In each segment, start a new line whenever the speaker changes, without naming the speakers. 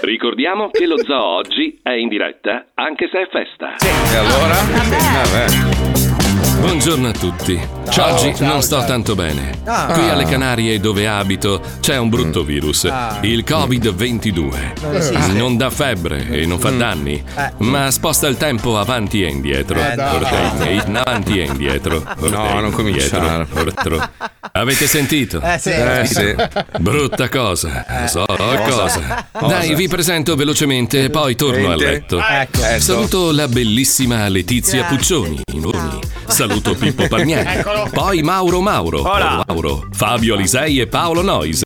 Ricordiamo che lo zoo oggi è in diretta eh. anche se è festa.
E allora? Vabbè.
Buongiorno a tutti.
Ciao,
Oggi
ciao,
non sto
ciao.
tanto bene.
Ah.
Qui alle Canarie dove abito c'è un brutto virus,
Ah.
il Covid-22.
Non esiste.
Non dà febbre e non fa danni,
Eh.
ma sposta il tempo avanti e indietro.
Eh, dai.
Ortei, in- avanti e indietro. no, non
cominciare.
Avete sentito?
Eh, sì. Eh, sì.
Brutta cosa. So cosa. Dai, vi presento velocemente e poi torno a
Niente.
letto. Eh,
Ecco. Ecco.
Saluto la bellissima Letizia
Grazie.
Puccioni. Inoni. Saluto Pippo Parmiani.
Eccolo.
Poi Mauro Mauro.
Hola.
Mauro, Fabio Alisei e Paolo Nois.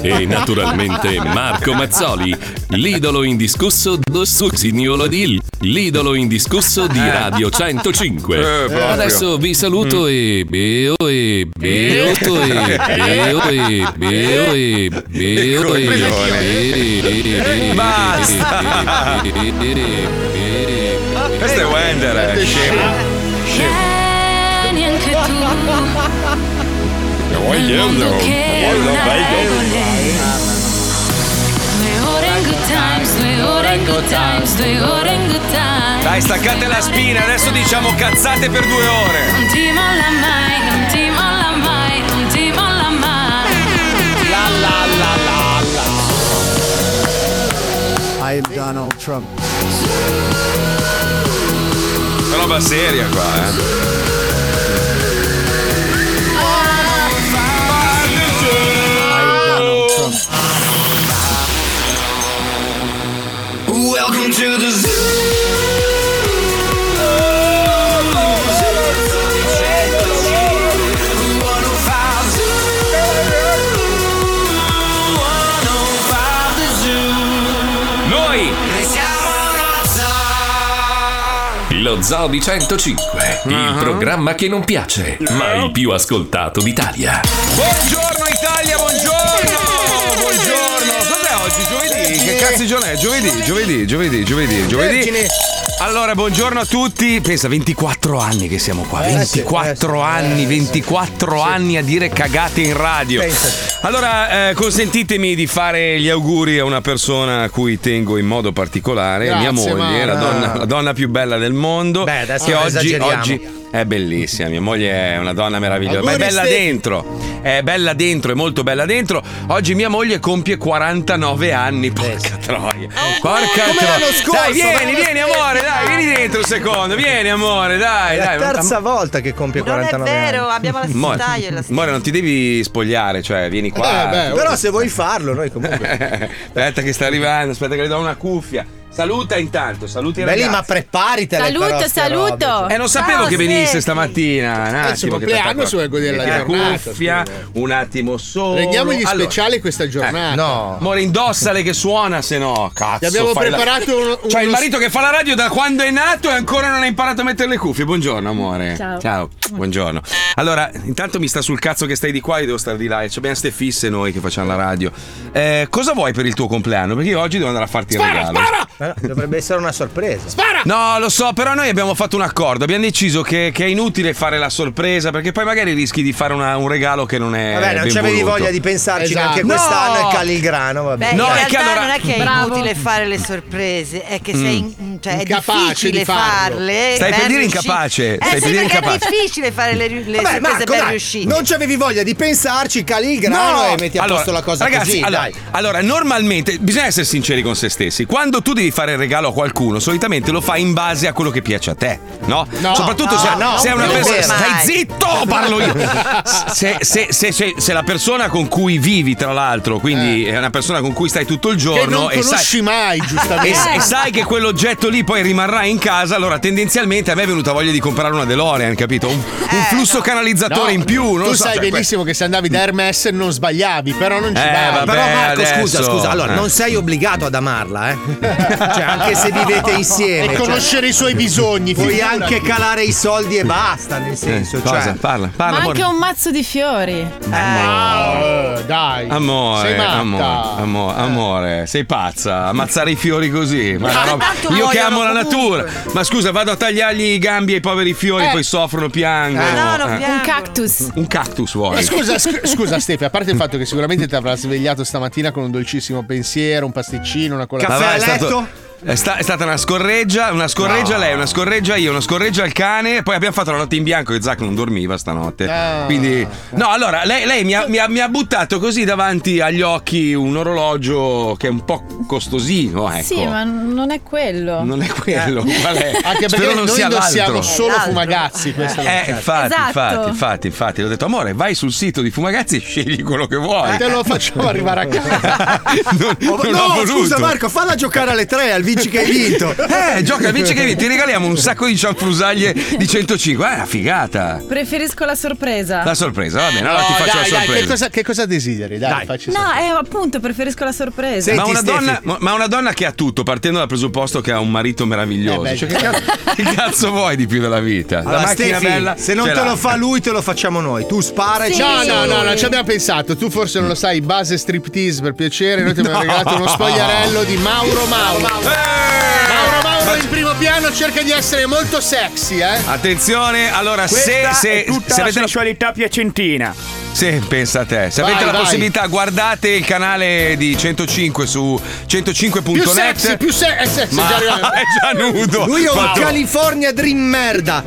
E naturalmente Marco Mazzoli, l'idolo indiscusso do su signolo di l'idolo indiscusso di Radio 105.
Eh, proprio. Mm.
Adesso vi saluto e beo e beo e beo e
Ecco,
beo e beo e beo e
Basta. Questo è Wender, è scemo.
Vieni anche tu nel mondo che non ha regole. Due ore in good times, due ore in good times, due ore in good times.
Dai, staccate la spina, adesso diciamo cazzate per due ore.
Non ti molla mai, non ti molla mai, non ti molla mai. La la la la
I am Donald Trump.
È roba seria qua, eh.
Welcome to the zoo.
Noi
Lo Zoo di 105, il
Uh-huh.
programma che non piace, ma il più ascoltato d'Italia.
Buongiorno Italia, buongiorno! Buongiorno! Cos'è oggi? Giovedì? Che cazzo di giorno è? Giovedì, giovedì, giovedì, giovedì, giovedì.
Vergine.
Allora, buongiorno a tutti. Pensa, 24 anni che siamo qua.
Eh, sì,
24
eh, sì,
anni,
eh,
24 anni a dire cagate in radio. Allora, eh, consentitemi di fare gli auguri a una persona a cui tengo in modo particolare,
Grazie,
mia moglie, la
Mara.
donna, la donna più bella del mondo.
Beh, adesso
che
non
oggi,
esageriamo.
oggi è bellissima. Mia moglie è una donna meravigliosa, ma è
Auguri,
bella
Stefano.
dentro. È bella dentro, è molto bella dentro. Oggi mia moglie compie 49 anni. Porca troia.
Oh,
Porca
Come
troia.
l'anno scorso,
Dai, vieni,
l'anno
vieni,
scorso.
amore, dai, vieni dentro un secondo. Vieni, amore, dai,
È la
dai.
terza volta che compie
Non è
49
vero,
anni.
abbiamo la stessa
More,
taglia. e La...
More, non ti devi spogliare, cioè, vieni qua.
Però se vuoi farlo, noi comunque.
aspetta che sta arrivando, aspetta che le do una cuffia. Saluta intanto, saluti i
Beh, lì,
ragazzi.
ma preparitele.
Saluto,
però, ste
saluto.
robe, cioè.
Eh, non sapevo
Ciao,
che venisse
Steffi.
stamattina. Un
il
attimo,
suo
che
compleanno,
t'attacco-
si vuole godere la
Metti
giornata,
cuffia,
eh.
un attimo solo.
Rendiamogli
Allora, eh,
speciale questa giornata.
No.
Amore, indossale che suona, se no. Cazzo.
Gli abbiamo
fai la-
preparato uno,
Cioè, il
uno-
marito che fa la radio da quando è nato e ancora non ha imparato a mettere le cuffie. Buongiorno, amore.
Ciao.
buongiorno. Allora, intanto mi sta sul cazzo che stai di qua e devo stare di là. E ci abbiamo ste fisse noi che facciamo la radio. Eh, cosa vuoi per il tuo compleanno? Perché io oggi devo andare a farti il regalo.
Eh, Dovrebbe essere una sorpresa.
No, lo so, però noi abbiamo fatto un accordo. Abbiamo deciso che, che è inutile fare la sorpresa perché poi magari rischi di fare una- un regalo che non è.
Vabbè, non
Eh, ben
c'avevi
voluto.
voglia di pensarci
Esatto.
neanche
No!
quest'anno e cali il grano, vabbè.
Beh,
No,
in
è che
realtà
allora-
non è che è
Bravo.
inutile fare le sorprese, è che sei
Mm.
in- cioè, è
Incapace
difficile
di farlo.
farle. eh,
Stai per dire
riusci-
incapace,
Eh,
stai per
sì,
dire
perché
incapace.
è difficile fare le, ri- le
Vabbè,
sorprese
Marco,
ben
dai,
riuscite.
Non c'avevi voglia di pensarci, cali il grano e metti a
Allora,
posto la cosa
ragazzi,
così,
allora,
dai.
allora, normalmente bisogna essere sinceri con se stessi. Quando tu devi fare il regalo a qualcuno, solitamente lo fai in base a quello che piace a te, no?
No,
Soprattutto
no,
se
no,
sei una
non
persona.
è vero.
Stai
Mai.
zitto, parlo io. Se, se- se- se- se la persona con cui vivi, tra l'altro, quindi è una persona con cui stai tutto il
che
giorno
non
e sai.
conosci mai,
E,
giustamente.
s- e sai che quell'oggetto lì poi rimarrà in casa, allora tendenzialmente a me è venuta voglia di comprare una DeLorean, capito? Un,
Eh,
un flusso
No,
canalizzatore in più, non
tu
lo so,
sai
cioè,
benissimo che se andavi da Hermes non sbagliavi, però non ci
Eh,
vai.
vabbè.
Però-
Però Marco,
adesso-
scusa, scusa, allora
eh.
non sei obbligato ad amarla, eh. Cioè, anche se vivete insieme.
E conoscere
i suoi bisogni. Puoi anche calare i soldi e basta, nel senso.
Eh, cosa?
cioè-
Parla, parla.
Ma
amore. Eh,
anche un mazzo di fiori.
Eh.
Ah, dai.
Amore,
Sei matta.
amore, amore, amore, sei pazza. Ammazzare i fiori così. Ma
Ma
una roba-
tanto
Io che
muoiono
amo la
comunque.
natura. Ma scusa, vado a tagliargli i gambi ai poveri fiori,
Eh.
poi soffrono, piangono. Eh.
un cactus.
Un cactus vuoi.
Ma Eh, scusa, sc- scusa Stefi, a parte il fatto che sicuramente ti avrà svegliato stamattina con un dolcissimo pensiero, un pasticcino, una colazione.
Vabbè, è stato- È, sta- è stata una scorreggia, una scorreggia lei, una scorreggia io, una scorreggia al cane. Poi abbiamo fatto la notte in bianco che Zac non dormiva stanotte.
Ah.
Quindi, no, allora lei, lei mi, ha, mi ha- mi ha buttato così davanti agli occhi un orologio che è un po' costosino. Ecco.
Sì, ma non è quello.
Non è quello, qual è?
Eh. Anche perché
Spero non
noi
sia
indossiamo
l'altro.
solo fumagazzi. Questo
Eh, infatti,
Esatto.
infatti, infatti, infatti, ho detto amore, vai sul sito di Fumagazzi e scegli quello che vuoi.
Te lo facciamo arrivare a casa.
non, non ho
Oh, no,
voluto.
scusa Marco, falla giocare alle tre al vinci che hai vinto.
Eh, gioca, vinci che vinci, ti regaliamo un sacco di cianfrusaglie di 105. Eh, una figata.
Preferisco la sorpresa.
La sorpresa, va bene, allora
No,
ti faccio
dai,
la
dai, che,
sorpresa.
cosa, che cosa desideri? Dai, facci sapere.
No, eh, appunto, preferisco la sorpresa.
ma, una donna, ma- ma una donna che ha tutto, partendo dal presupposto che ha un marito meraviglioso.
Eh, beh,
Cioè, che, cazzo, che cazzo vuoi di più della vita? La
Allora,
macchina
Stefi,
bella.
se non
ce
te
l'ha.
lo fa lui, te lo facciamo noi. Tu spara e
Sì.
ci
No, no, no, non
Sì.
ci abbiamo pensato. Tu forse non lo sai, base striptease per piacere. Noi ti abbiamo
No.
regalato uno spogliarello di Mauro Mauro. Mauro
Eh!
Mauro, Mauro
Ma-
in primo piano cerca di essere molto sexy, eh.
Attenzione, allora se,
Questa è
se,
tutta
se
la
avete la,
sessualità piacentina.
se- pensa a te, se
Vai,
avete la
vai.
possibilità guardate il canale di 105 su
Più
105.net.
sexy, più se-
eh,
è sexy.
ma
già
è
arrivato.
già nudo.
Lui è un
Fatto-
California Dream merda.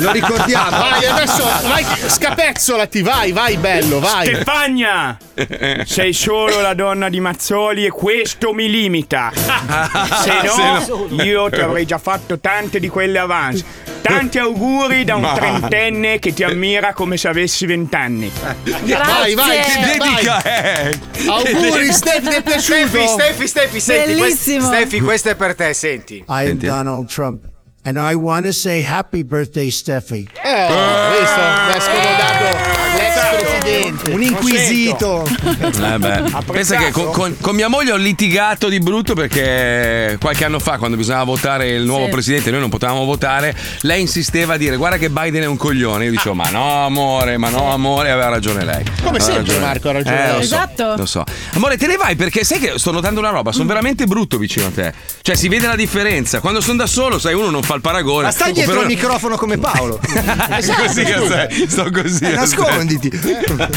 Lo ricordiamo.
Vai, adesso vai, scapezzolati, vai, vai, bello, vai.
Stefania!
Eh,
Sei solo la donna di Mazzoli e questo mi limita. Se
Se
no, io ti avrei già fatto tante di quelle avanti. Tanti auguri da un
Ma-
trentenne che ti ammira come se avessi vent'anni.
Vai, vai,
Grazie.
che
Dedica, eh.
Auguri, Stef, ti è
Steffi,
piaciuto?
Steffi, Steffi, senti.
Bellissimo.
Steffi, questo è per te, senti.
I am Donald Trump. And I want to say happy birthday, Steffi.
Eh, ho visto? Mi ha scomodato l'ex presidente.
Un inquisito.
Eh beh, pensa che con, con- con mia moglie ho litigato di brutto perché qualche anno fa, quando bisognava votare il nuovo
Sì.
presidente, noi non potevamo votare. Lei insisteva a dire: Guarda che Biden è un coglione. Io dicevo:
Ah.
Ma no, amore, ma no, amore. Aveva ragione lei.
Come
Aveva
sempre,
ragione.
Marco, ha ragione
Eh,
lei.
lo so,
Esatto. Mm.
Lo so. Amore, te ne vai perché sai che sto notando una roba. Sono veramente brutto vicino a te. Cioè, si vede la differenza. Quando sono da solo, sai, uno non fa il paragone.
Ma stai
O
dietro al
perlomeno-
microfono come Paolo.
Esatto.
così che sei. Sto così. che
Nasconditi.
sei.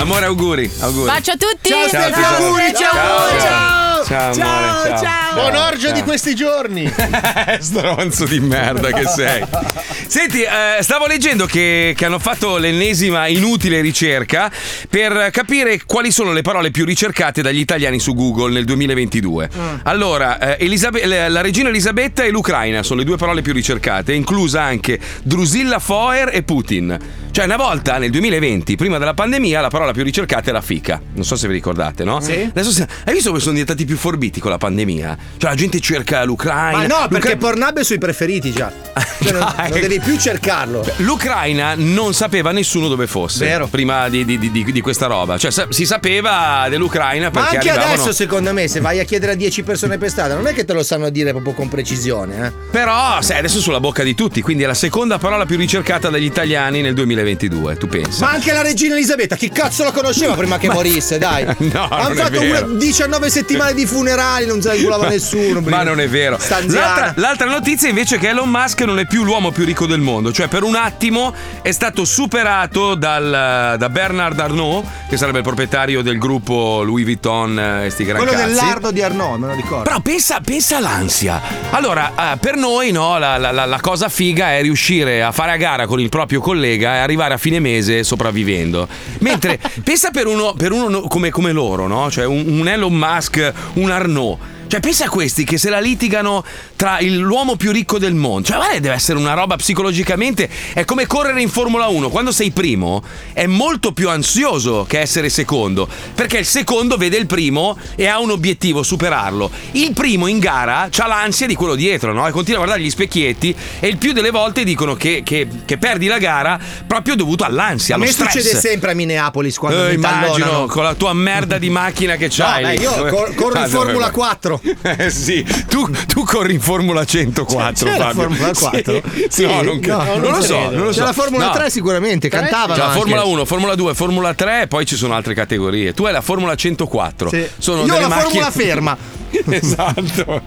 Amore, auguri. auguri.
Bacio a tutti!
Ciao,
Ciao, Steffi,
tesoro.
auguri, ciao, auguri.
ciao, ciao, amore, ciao.
Buon orgio di questi giorni.
Stronzo di merda che sei. Senti, eh, stavo leggendo che, che hanno fatto l'ennesima inutile ricerca per capire quali sono le parole più ricercate dagli italiani su Google nel 2022. Allora, eh, Elisabe- la la regina Elisabetta e l'Ucraina sono le due parole più ricercate, inclusa anche Drusilla Foer e Putin. Cioè, una volta nel 2020, prima della pandemia, la parola più ricercata era fica. Non so se vi ricordate, no? Sì. Adesso si- hai visto come sono diventati più forbiti con la pandemia? Cioè, la gente cerca l'Ucraina.
Ma no, perché
l'Ucra-
Pornhub è sui preferiti già. Cioè, non,
Dai.
non devi più cercarlo.
L'Ucraina non sapeva nessuno dove fosse
Vero.
prima di, di- di- di questa roba. Cioè, sa- si sapeva dell'Ucraina
Ma
perché
anche
arrivavano.
adesso, secondo me, se vai a chiedere a 10 persone per strada, non è che te lo sanno dire proprio con precisione, eh.
Però, sai, adesso è sulla bocca di tutti, quindi è la seconda parola più ricercata dagli italiani nel 2022, tu pensi?
Ma anche la regina Elisabetta, chi cazzo la conosceva prima che morisse, dai.
No, non
Hanno
è
fatto
vero.
19 settimane di funerali, non calcolava nessuno.
Ma non è vero.
Sta
L'altra,
anziana.
l'altra notizia invece è che Elon Musk non è più l'uomo più ricco del mondo, cioè per un attimo è stato superato dal- da Bernard Arnault, che sarebbe il proprietario del gruppo Louis Vuitton eh, e sti gran
Quello
cazzi.
dell'ardo di Arnaud, me lo ricordo.
Però pensa, pensa all'ansia. Allora, eh, per noi, no, la, la- la- la cosa figa è riuscire a fare a gara con il proprio collega e arrivare a fine mese sopravvivendo. Mentre pensa per uno, per uno no- come, come loro, no? Cioè un, un Elon Musk, un Arnaud. Cioè, pensa a questi che se la litigano tra il- l'uomo più ricco del mondo. Cioè, guarda, deve essere una roba psicologicamente. È come correre in Formula 1. Quando sei primo è molto più ansioso che essere secondo. Perché il secondo vede il primo e ha un obiettivo, superarlo. Il primo in gara ha l'ansia di quello dietro, no? E continua a guardare gli specchietti. E il più delle volte dicono che, che- che perdi la gara proprio dovuto all'ansia,
A
allo
me
stress.
succede sempre a Minneapolis quando
Eh,
mi
immagino
tallonano.
con la tua merda di macchina che
No,
c'hai.
beh,
lì.
io
Dove-
cor- corro
Ah,
in
dove-
Formula 4.
Eh, sì, tu, tu corri in Formula 104.
C'è la
Fabio.
Formula
Sì.
4?
Sì,
No,
non, cre-
no,
non
non
lo so,
credo.
non lo
C'è
so.
la Formula 3 sicuramente, cantavano
C'è Cioè, la
anche.
Formula 1, Formula 2, Formula 3, poi ci sono altre categorie. Tu hai la Formula 104.
Sì.
Sono
Io ho
delle
la
macchine-
Formula ferma.
esatto.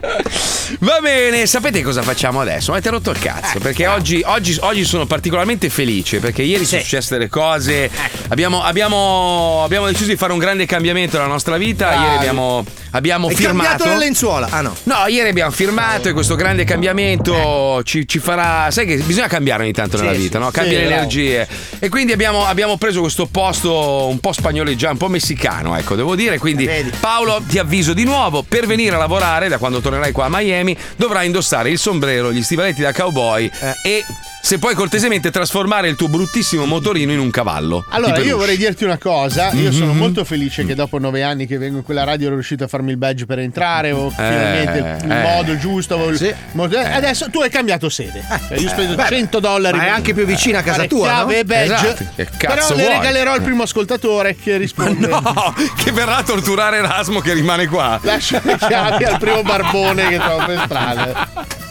Va bene, sapete cosa facciamo adesso? Mi avete rotto il
Eh,
cazzo perché oggi, oggi- oggi sono particolarmente felice perché ieri sono successe delle
Eh.
cose. Abbiamo, abbiamo- abbiamo deciso di fare un grande cambiamento nella nostra vita. Ieri abbiamo, abbiamo
È
firmato.
cambiato le lenzuola. Ah no.
No, ieri abbiamo firmato e questo grande cambiamento ci, ci farà. Sai che bisogna cambiare ogni tanto nella
Sì,
vita,
sì,
no?
sì,
Cambia le
bravo.
energie. E quindi abbiamo, abbiamo preso questo posto un po' spagnoleggiante, un po' messicano, ecco, devo dire. Quindi, Paolo, ti avviso di nuovo: per venire a lavorare, da quando tornerai qua a Miami, dovrai indossare il sombrero, gli stivaletti da cowboy
Eh.
e. Se puoi cortesemente trasformare il tuo bruttissimo motorino in un cavallo.
Allora,
di
io
peluche.
vorrei dirti una cosa. Io
Mhm.
sono molto felice che dopo nove anni che vengo in quella radio ero riuscito a farmi il badge per entrare.
Eh,
Ho finalmente il- il
eh.
modo giusto. avevo il- mo- eh, Adesso tu hai cambiato sede. Cioè, io ho speso
Beh,
100 dollari.
Ah, eh, ma è anche più vicina a casa
Fare
tua,
Chiave
no?
e badge.
Esatto, che
Però
cazzo
le
vuoi?
regalerò al primo ascoltatore che risponde.
No, che verrà a torturare Erasmo che rimane qua.
Lascia le chiavi al primo barbone che trovo per strada.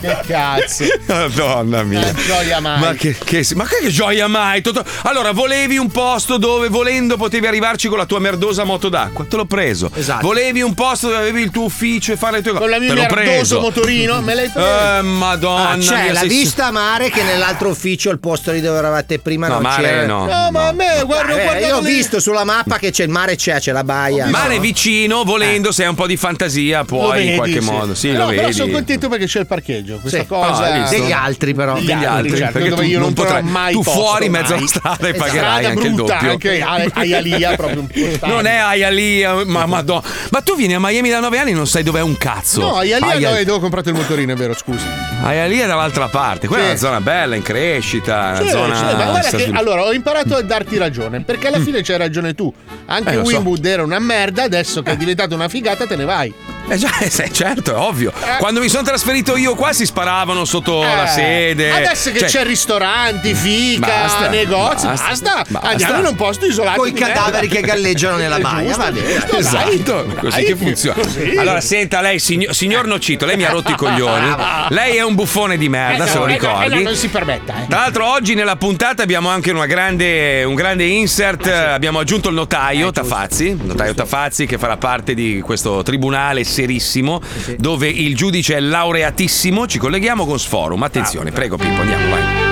Che cazzo.
Madonna mia.
Eh, gioia mai.
Ma che, che- ma che gioia mai? Totò- Allora, volevi un posto dove volendo potevi arrivarci con la tua merdosa moto d'acqua? Te l'ho preso.
Esatto.
Volevi un posto dove avevi il tuo ufficio e fare le tue cose?
Con la mia
Te l'ho
merdoso
preso.
motorino, me l'hai preso.
Eh, madonna.
Ah, c'è
mia,
la
sei-
vista mare che nell'altro ufficio al posto lì dove eravate prima
No,
non
mare
c'era.
no,
No, ma a me, guarda,
Vabbè,
guarda
io ho
lì.
visto sulla mappa che c'è il mare c'è, c'è la baia.
Mare vicino,
Eh.
volendo, se hai un po' di fantasia,
Lo
puoi
vedi,
in qualche
sì.
modo. Sì,
No,
lo
però
vedi.
sono contento perché c'è il parcheggio. Questa
Sì. Ah, hai
cosa
visto? Degli altri, però. Degli altri,
certo,
perché
dove
tu
io
non
non
potrai-
troverò mai
tu
posto,
fuori in mezzo
mai.
alla strada e
Esatto.
pagherai
Strada
anche il
brutta,
doppio.
Anche a- a Ialia proprio un po'
Non è Ayalia, ma madonna. Ma tu vieni a Miami da 9 anni e non sai dov'è un cazzo.
No, Ialia
Hialeah-
no, è dove ho comprato il motorino, è vero, scusa.
Hialeah è dall'altra parte. Quella è
Sì.
una zona bella, in crescita. Una
Sì,
Eh, zona.
sì, ma guarda
sta
che,
svilupp-
allora ho imparato a darti ragione perché alla fine c'hai ragione tu anche
Eh, lo so.
Winwood era una merda adesso che è diventata una figata te ne vai
Eh già, eh, sì, certo, è ovvio. Quando mi sono trasferito io qua si sparavano sotto la
Eh,
sede.
adesso che
Cioè, Mm,
c'è ristoranti fica
Basta,
negozi
basta,
basta,
basta.
andiamo in un posto isolato
Coi
di merda.
cadaveri che galleggiano nella
È
baia,
giusto, Eh,
va bene.
giusto, dai.
Esatto, così che funziona.
Così.
Allora, senta, lei, signor, signor Nocito, lei mi ha rotto i coglioni. Lei è un buffone di merda,
Ah, Eh,
se lo
no, eh, no, eh, no,
ricordi.
non si permetta eh.
Tra l'altro oggi nella puntata abbiamo anche una grande- un grande insert, eh, abbiamo aggiunto il
Eh,
notaio Tafazzi, il notaio Tafazzi che farà parte di questo tribunale serissimo
Eh,
dove il giudice è laureatissimo, ci colleghiamo con Sforum,
Ah.
attenzione, prego Pippo, andiamo, vai.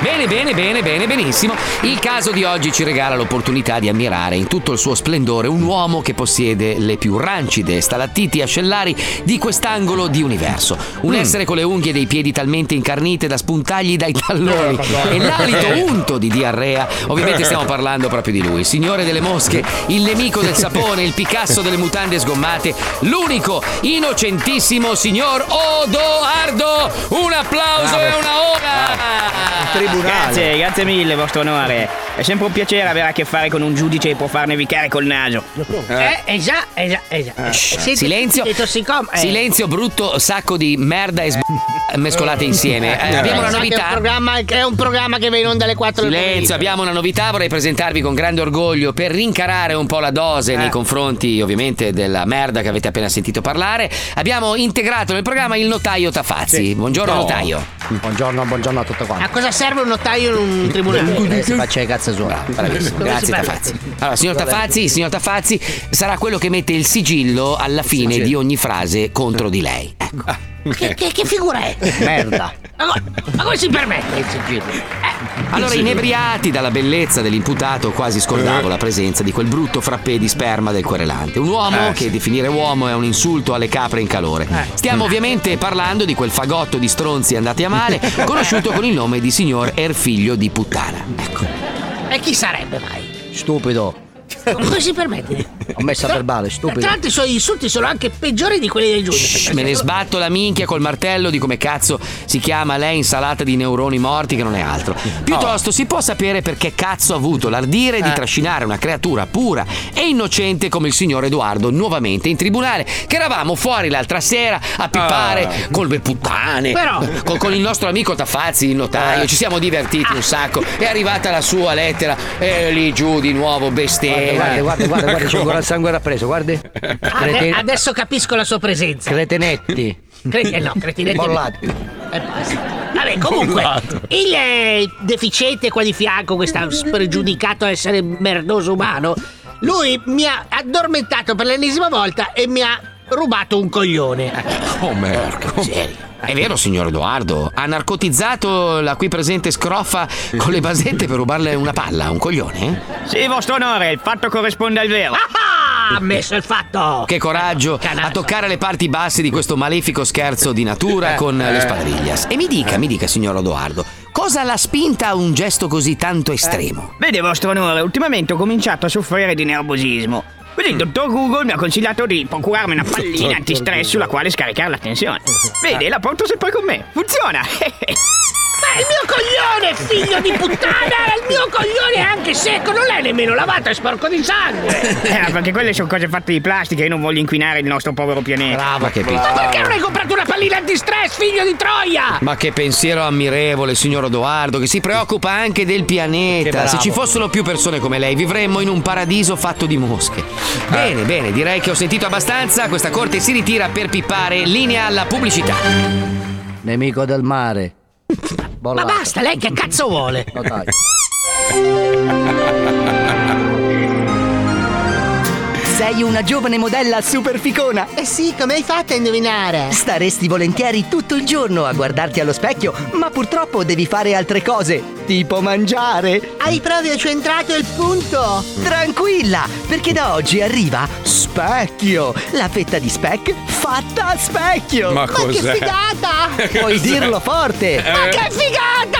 Bene, bene, bene, bene, benissimo. Il caso di oggi ci regala l'opportunità di ammirare in tutto il suo splendore un uomo che possiede le più rancide stalattiti e ascellari di quest'angolo di universo. Un
Mm.
essere con le unghie dei piedi talmente incarnite da spuntargli dai talloni
Eh, Madonna.
e l'alito unto di diarrea. Ovviamente stiamo parlando proprio di lui, il signore delle mosche, il nemico del sapone, il Picasso delle mutande sgommate, l'unico innocentissimo signor Odoardo. Un applauso
Bravo.
e una ora!
Ah,
Grazie, grazie mille, vostro onore. È sempre un piacere avere a che fare con un giudice che può farnevicare col naso.
Eh, eh già, eh già, eh già. Siete-
silenzio.
siete tossicom- eh.
Silenzio, brutto sacco di merda e sb- mescolate insieme. Eh, abbiamo una
Pensate, È un,
novità.
programma, è un programma che va in onda alle 4 del
Silenzio,
pomeriggio.
abbiamo una novità, vorrei presentarvi con grande orgoglio per rincarare un po' la dose
Eh.
nei confronti ovviamente della merda che avete appena sentito parlare. Abbiamo integrato nel programma il notaio Tafazzi. Buongiorno
No.
notaio.
Buongiorno, buongiorno a tutti quanti.
A cosa serve un notaio in un tribunale?
Beh,
Si faccia le cazze sue.
Bravissimo,
Come eh, si
grazie
parla?
Tafazzi. Allora, signor
Vabbè.
Tafazzi, signor Tafazzi sarà quello che mette il sigillo alla fine di ogni frase contro di lei.
Ah,
Ecco.
Che, che- che figura è?
Merda.
Ma, co- ma come si permette il sigillo? Eh,
Allora,
il sigillo.
inebriati dalla bellezza dell'imputato, quasi scordavo
Eh.
la presenza di quel brutto frappè di sperma del querelante. Un uomo
Eh,
che definire uomo è un insulto alle capre in calore.
Eh. Mm.
Stiamo ovviamente parlando di quel fagotto di stronzi andati a male, conosciuto con il nome di signor Erfiglio di puttana. Ecco.
E chi sarebbe mai?
Stupido.
Ma come si permette?
Commessa verbale,
Tra
stupido.
l'altro i suoi insulti sono anche peggiori di quelli del giudice.
Me ne sbatto la minchia col martello di come cazzo si chiama lei insalata di neuroni morti che non è altro. Piuttosto si può sapere perché cazzo ha avuto l'ardire
Eh.
di trascinare una creatura pura e innocente come il signor Edoardo nuovamente in tribunale che eravamo fuori l'altra sera a pippare
Ah.
con le puttane.
Però-
Con, con il nostro amico Tafazzi, il
Eh.
notaio, ci siamo divertiti un sacco. È arrivata la sua lettera e lì giù di nuovo bestemmia.
Guarda, guarda, guarda, guarda, c'è ancora il sangue rappreso, guardi.
Ade-
Crete-
adesso capisco la sua presenza.
cretenetti.
Cre- eh no, cretinetti.
Bollati.
Eh, Vabbè, comunque,
Bollato.
il eh, deficiente qua di fianco, questo spregiudicato a essere merdoso umano, lui mi ha addormentato per l'ennesima volta e mi ha rubato un coglione.
Come? È vero, signor Edoardo. Ha narcotizzato la qui presente scroffa con le basette per rubarle una palla, un coglione?
Sì, vostro onore, il fatto corrisponde al vero.
Ah, ha messo il fatto!
Che coraggio a toccare le parti basse di questo malefico scherzo di natura con
Eh.
le spadaviglias. E mi dica, mi dica, signor Edoardo, cosa l'ha spinta a un gesto così tanto estremo?
Eh. Vede, vostro onore, ultimamente ho cominciato a soffrire di nervosismo. Quindi il
Mm.
dottor Google mi ha consigliato di procurarmi una pallina antistress sulla quale scaricare la tensione. Vede, la porto sempre con me. Funziona!
Ma il mio coglione, figlio di puttana! Il mio coglione è anche secco, non l'hai nemmeno lavato, è sporco di sangue!
Eh, perché quelle sono cose fatte di plastica e io non voglio inquinare il nostro povero pianeta.
Brava che
Ma perché non hai comprato una pallina antistress, figlio di troia?
Ma che pensiero ammirevole, signor Edoardo, che si preoccupa anche del
Che
pianeta.
bravo.
Se ci fossero più persone come lei, vivremmo in un paradiso fatto di mosche.
Eh.
Bene, bene, direi che ho sentito abbastanza. Questa corte si ritira per pippare. Linea alla pubblicità.
Nemico del mare.
Ma basta, lei che cazzo vuole?
No, dai.
Sei una giovane modella super ficona. Eh sì, come hai fatto a indovinare? Staresti volentieri tutto il giorno a guardarti allo specchio, ma purtroppo devi fare altre cose, tipo mangiare. Hai proprio centrato il punto. Tranquilla, perché da oggi arriva Specchio, la fetta di spec fatta a specchio.
Ma Ma che cos'è?
Ah,
figata!
Puoi
Cos'è?
dirlo forte.
Ma che figata!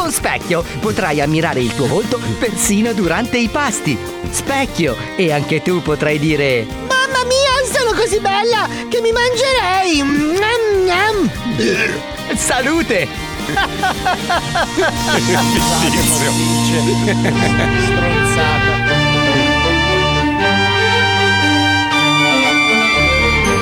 Con Specchio potrai ammirare il tuo volto persino durante i pasti. Specchio, e anche tu potrai dire...
Mamma mia, sono così bella che mi mangerei!
Salute!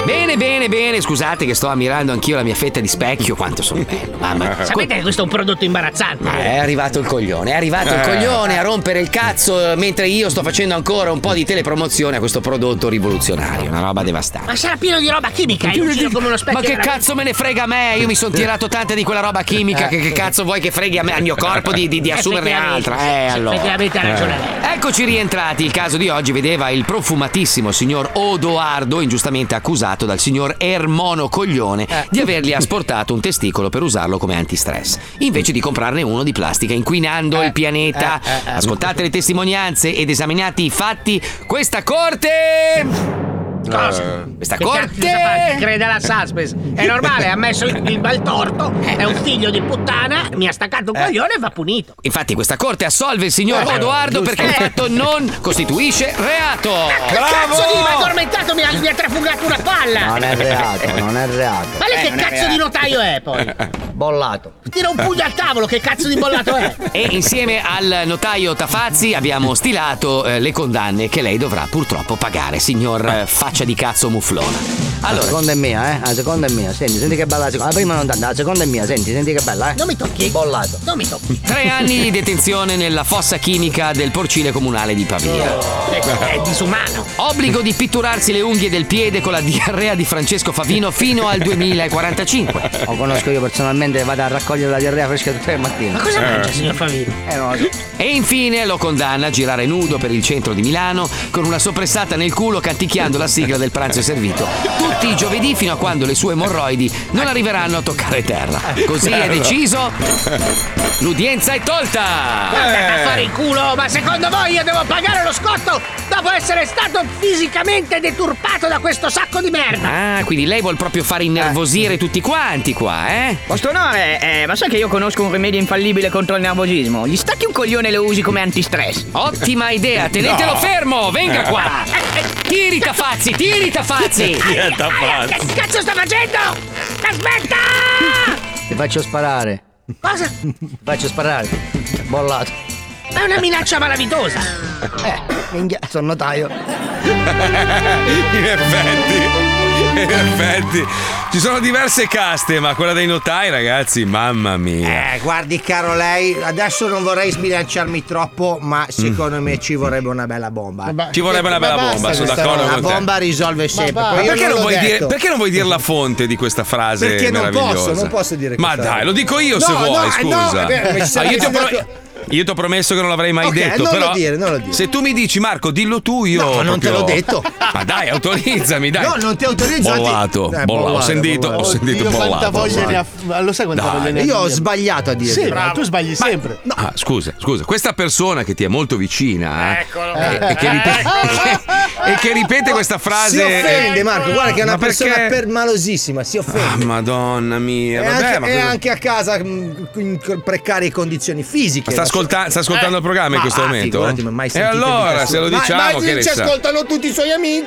Bene, bene, bene. Scusate che sto ammirando anch'io la mia fetta di specchio. Quanto sono bello, mamma.
Sapete che questo è un prodotto imbarazzante?
Ma è arrivato il coglione, è arrivato il
Eh.
coglione a rompere il cazzo mentre io sto facendo ancora un po' di telepromozione a questo prodotto rivoluzionario, una roba devastante.
Ma sarà pieno di roba chimica, è uscito come uno specchio.
Ma che cazzo me ne frega a me? Io mi sono tirato tante di quella roba chimica. Che,
Ecco.
che cazzo vuoi che freghi a me, al mio corpo di, di- di assumerne
Effettivamente,
altra? Eh,
sì,
allora.
effettivamente ha ragione
Eh. Eccoci rientrati. Il caso di oggi vedeva il profumatissimo signor Odoardo, ingiustamente accusato dal signor Ermono Coglione
Eh.
di avergli asportato un testicolo per usarlo come antistress, invece di comprarne uno di plastica, inquinando il pianeta.
eh, eh.
Ascoltate le testimonianze ed esaminati i fatti. Questa corte.
Cosa?
Questa
Che
corte.
cazzo fa? Crede alla suspense. È normale, ha messo il, il bel torto, è un figlio di puttana, mi ha staccato
Eh.
un coglione e va punito.
Infatti questa corte assolve il signor
Eh,
Odoardo
giusto.
perché il fatto non costituisce reato.
Che cazzo di mi ha addormentato, mi ha, mi ha trafugato una palla!
Non è reato, non è reato. Eh.
Ma lei che cazzo di notaio è poi?
Bollato.
Tira un pugno al tavolo, che cazzo di bollato è?
E insieme al notaio Tafazzi abbiamo stilato eh, le condanne che lei dovrà purtroppo pagare, signor eh, faccia di cazzo muflona.
La seconda è mia, eh. La seconda è mia. Senti, senti che bella la seconda. La prima non tanto, la seconda è mia. Senti, senti che bella, eh. Non mi tocchi. Bollato.
Non mi tocchi.
Tre anni di detenzione nella fossa chimica del porcile comunale di Pavia.
Eh,
Ecco.
È disumano.
Obbligo di pitturarsi le unghie del piede con la diarrea di Francesco Favino fino al 2045.
Lo conosco io personalmente, vado a raccogliere la diarrea fresca tutte le mattine.
Ma cosa mangia, signor Favino?
Eh, non lo so.
Eh. E infine lo condanna a girare nudo per il centro di Milano con una soppressata nel culo canticchiando la sigla del pranzo servito. tutti i giovedì fino a quando le sue emorroidi non arriveranno a toccare terra. Così è
Bello.
deciso. L'udienza è tolta.
Andate
Eh.
a fare il culo, Oh, ma secondo voi io devo pagare lo scotto dopo essere stato fisicamente deturpato da questo sacco di merda?
Ah, quindi lei vuol proprio far
Eh.
innervosire tutti quanti qua, eh?
Vostro onore, eh, ma sai che io conosco un rimedio infallibile contro il nervosismo? Gli stacchi un coglione e lo usi come antistress.
Ottima idea, tenetelo fermo, venga qua. Tiri Tafazzi, tiri Tafazzi.
Che cazzo sta facendo? Aspetta!
Ti faccio sparare.
Cosa?
Ti faccio sparare. Bollato.
Ma è una minaccia malavitosa!
Eh, minchia, sono notaio.
in effetti, in effetti. Ci sono diverse caste, ma quella dei notai, ragazzi, mamma mia.
Eh, guardi, caro lei, adesso non vorrei sbilanciarmi troppo, ma secondo me ci vorrebbe una bella bomba.
Ci vorrebbe una
Ma
bella
basta
bomba, sono
questa
d'accordo
roba.
con te.
La bomba risolve sempre.
Ma
poi io
perché, non
l'ho
vuoi
detto.
dire, perché non vuoi dire la fonte di questa frase?
Perché non
meravigliosa?
posso, non posso dire
Ma
questa
dai,
roba.
lo dico io se
No, no,
vuoi,
eh,
scusa.
no, è vero, mi ci
Ah,
sarei
io, ti ho pro-
sbagliato.
io ti ho promesso che non l'avrei mai
Ok,
detto.
non lo
però
dire, non lo dire.
Se tu mi dici, Marco, dillo tu, io.
No, non te
proprio-
l'ho detto.
Ma dai, autorizzami, dai.
No, non ti autorizzo, anzi-
Bollato,
Eh,
bollato. Ho
bollato,
sentito, ho
bollato.
sentito
Io quanta
bollato.
voglia ne
bollato.
ha. ma Lo sai quanta
Dai.
voglia ne ha?
Io ho
sbagliato a dire.
Sì, ma
Bravo.
tu sbagli sempre.
Ah, scusa, scusa, questa persona che ti è molto vicina eh,
Eccolo. Ecco.
e, e che ripete, e che ripete questa frase.
Si offende,
eh,
Marco. Guarda che è una
ma perché-
persona permalosissima. Si offende.
Ah, madonna mia,
E
vabbè,
anche,
ma
e
cosa-
anche a casa mh, in precarie condizioni fisiche.
Sta, ascolta- sta ascoltando
Eh,
il programma in
ma
questo
va,
momento?
figurati, ma mai
e
sentito
allora,
mica
se lo
solo- Ma-
diciamo,
ma
che ne
ci
sa?
ascoltano tutti i suoi amici.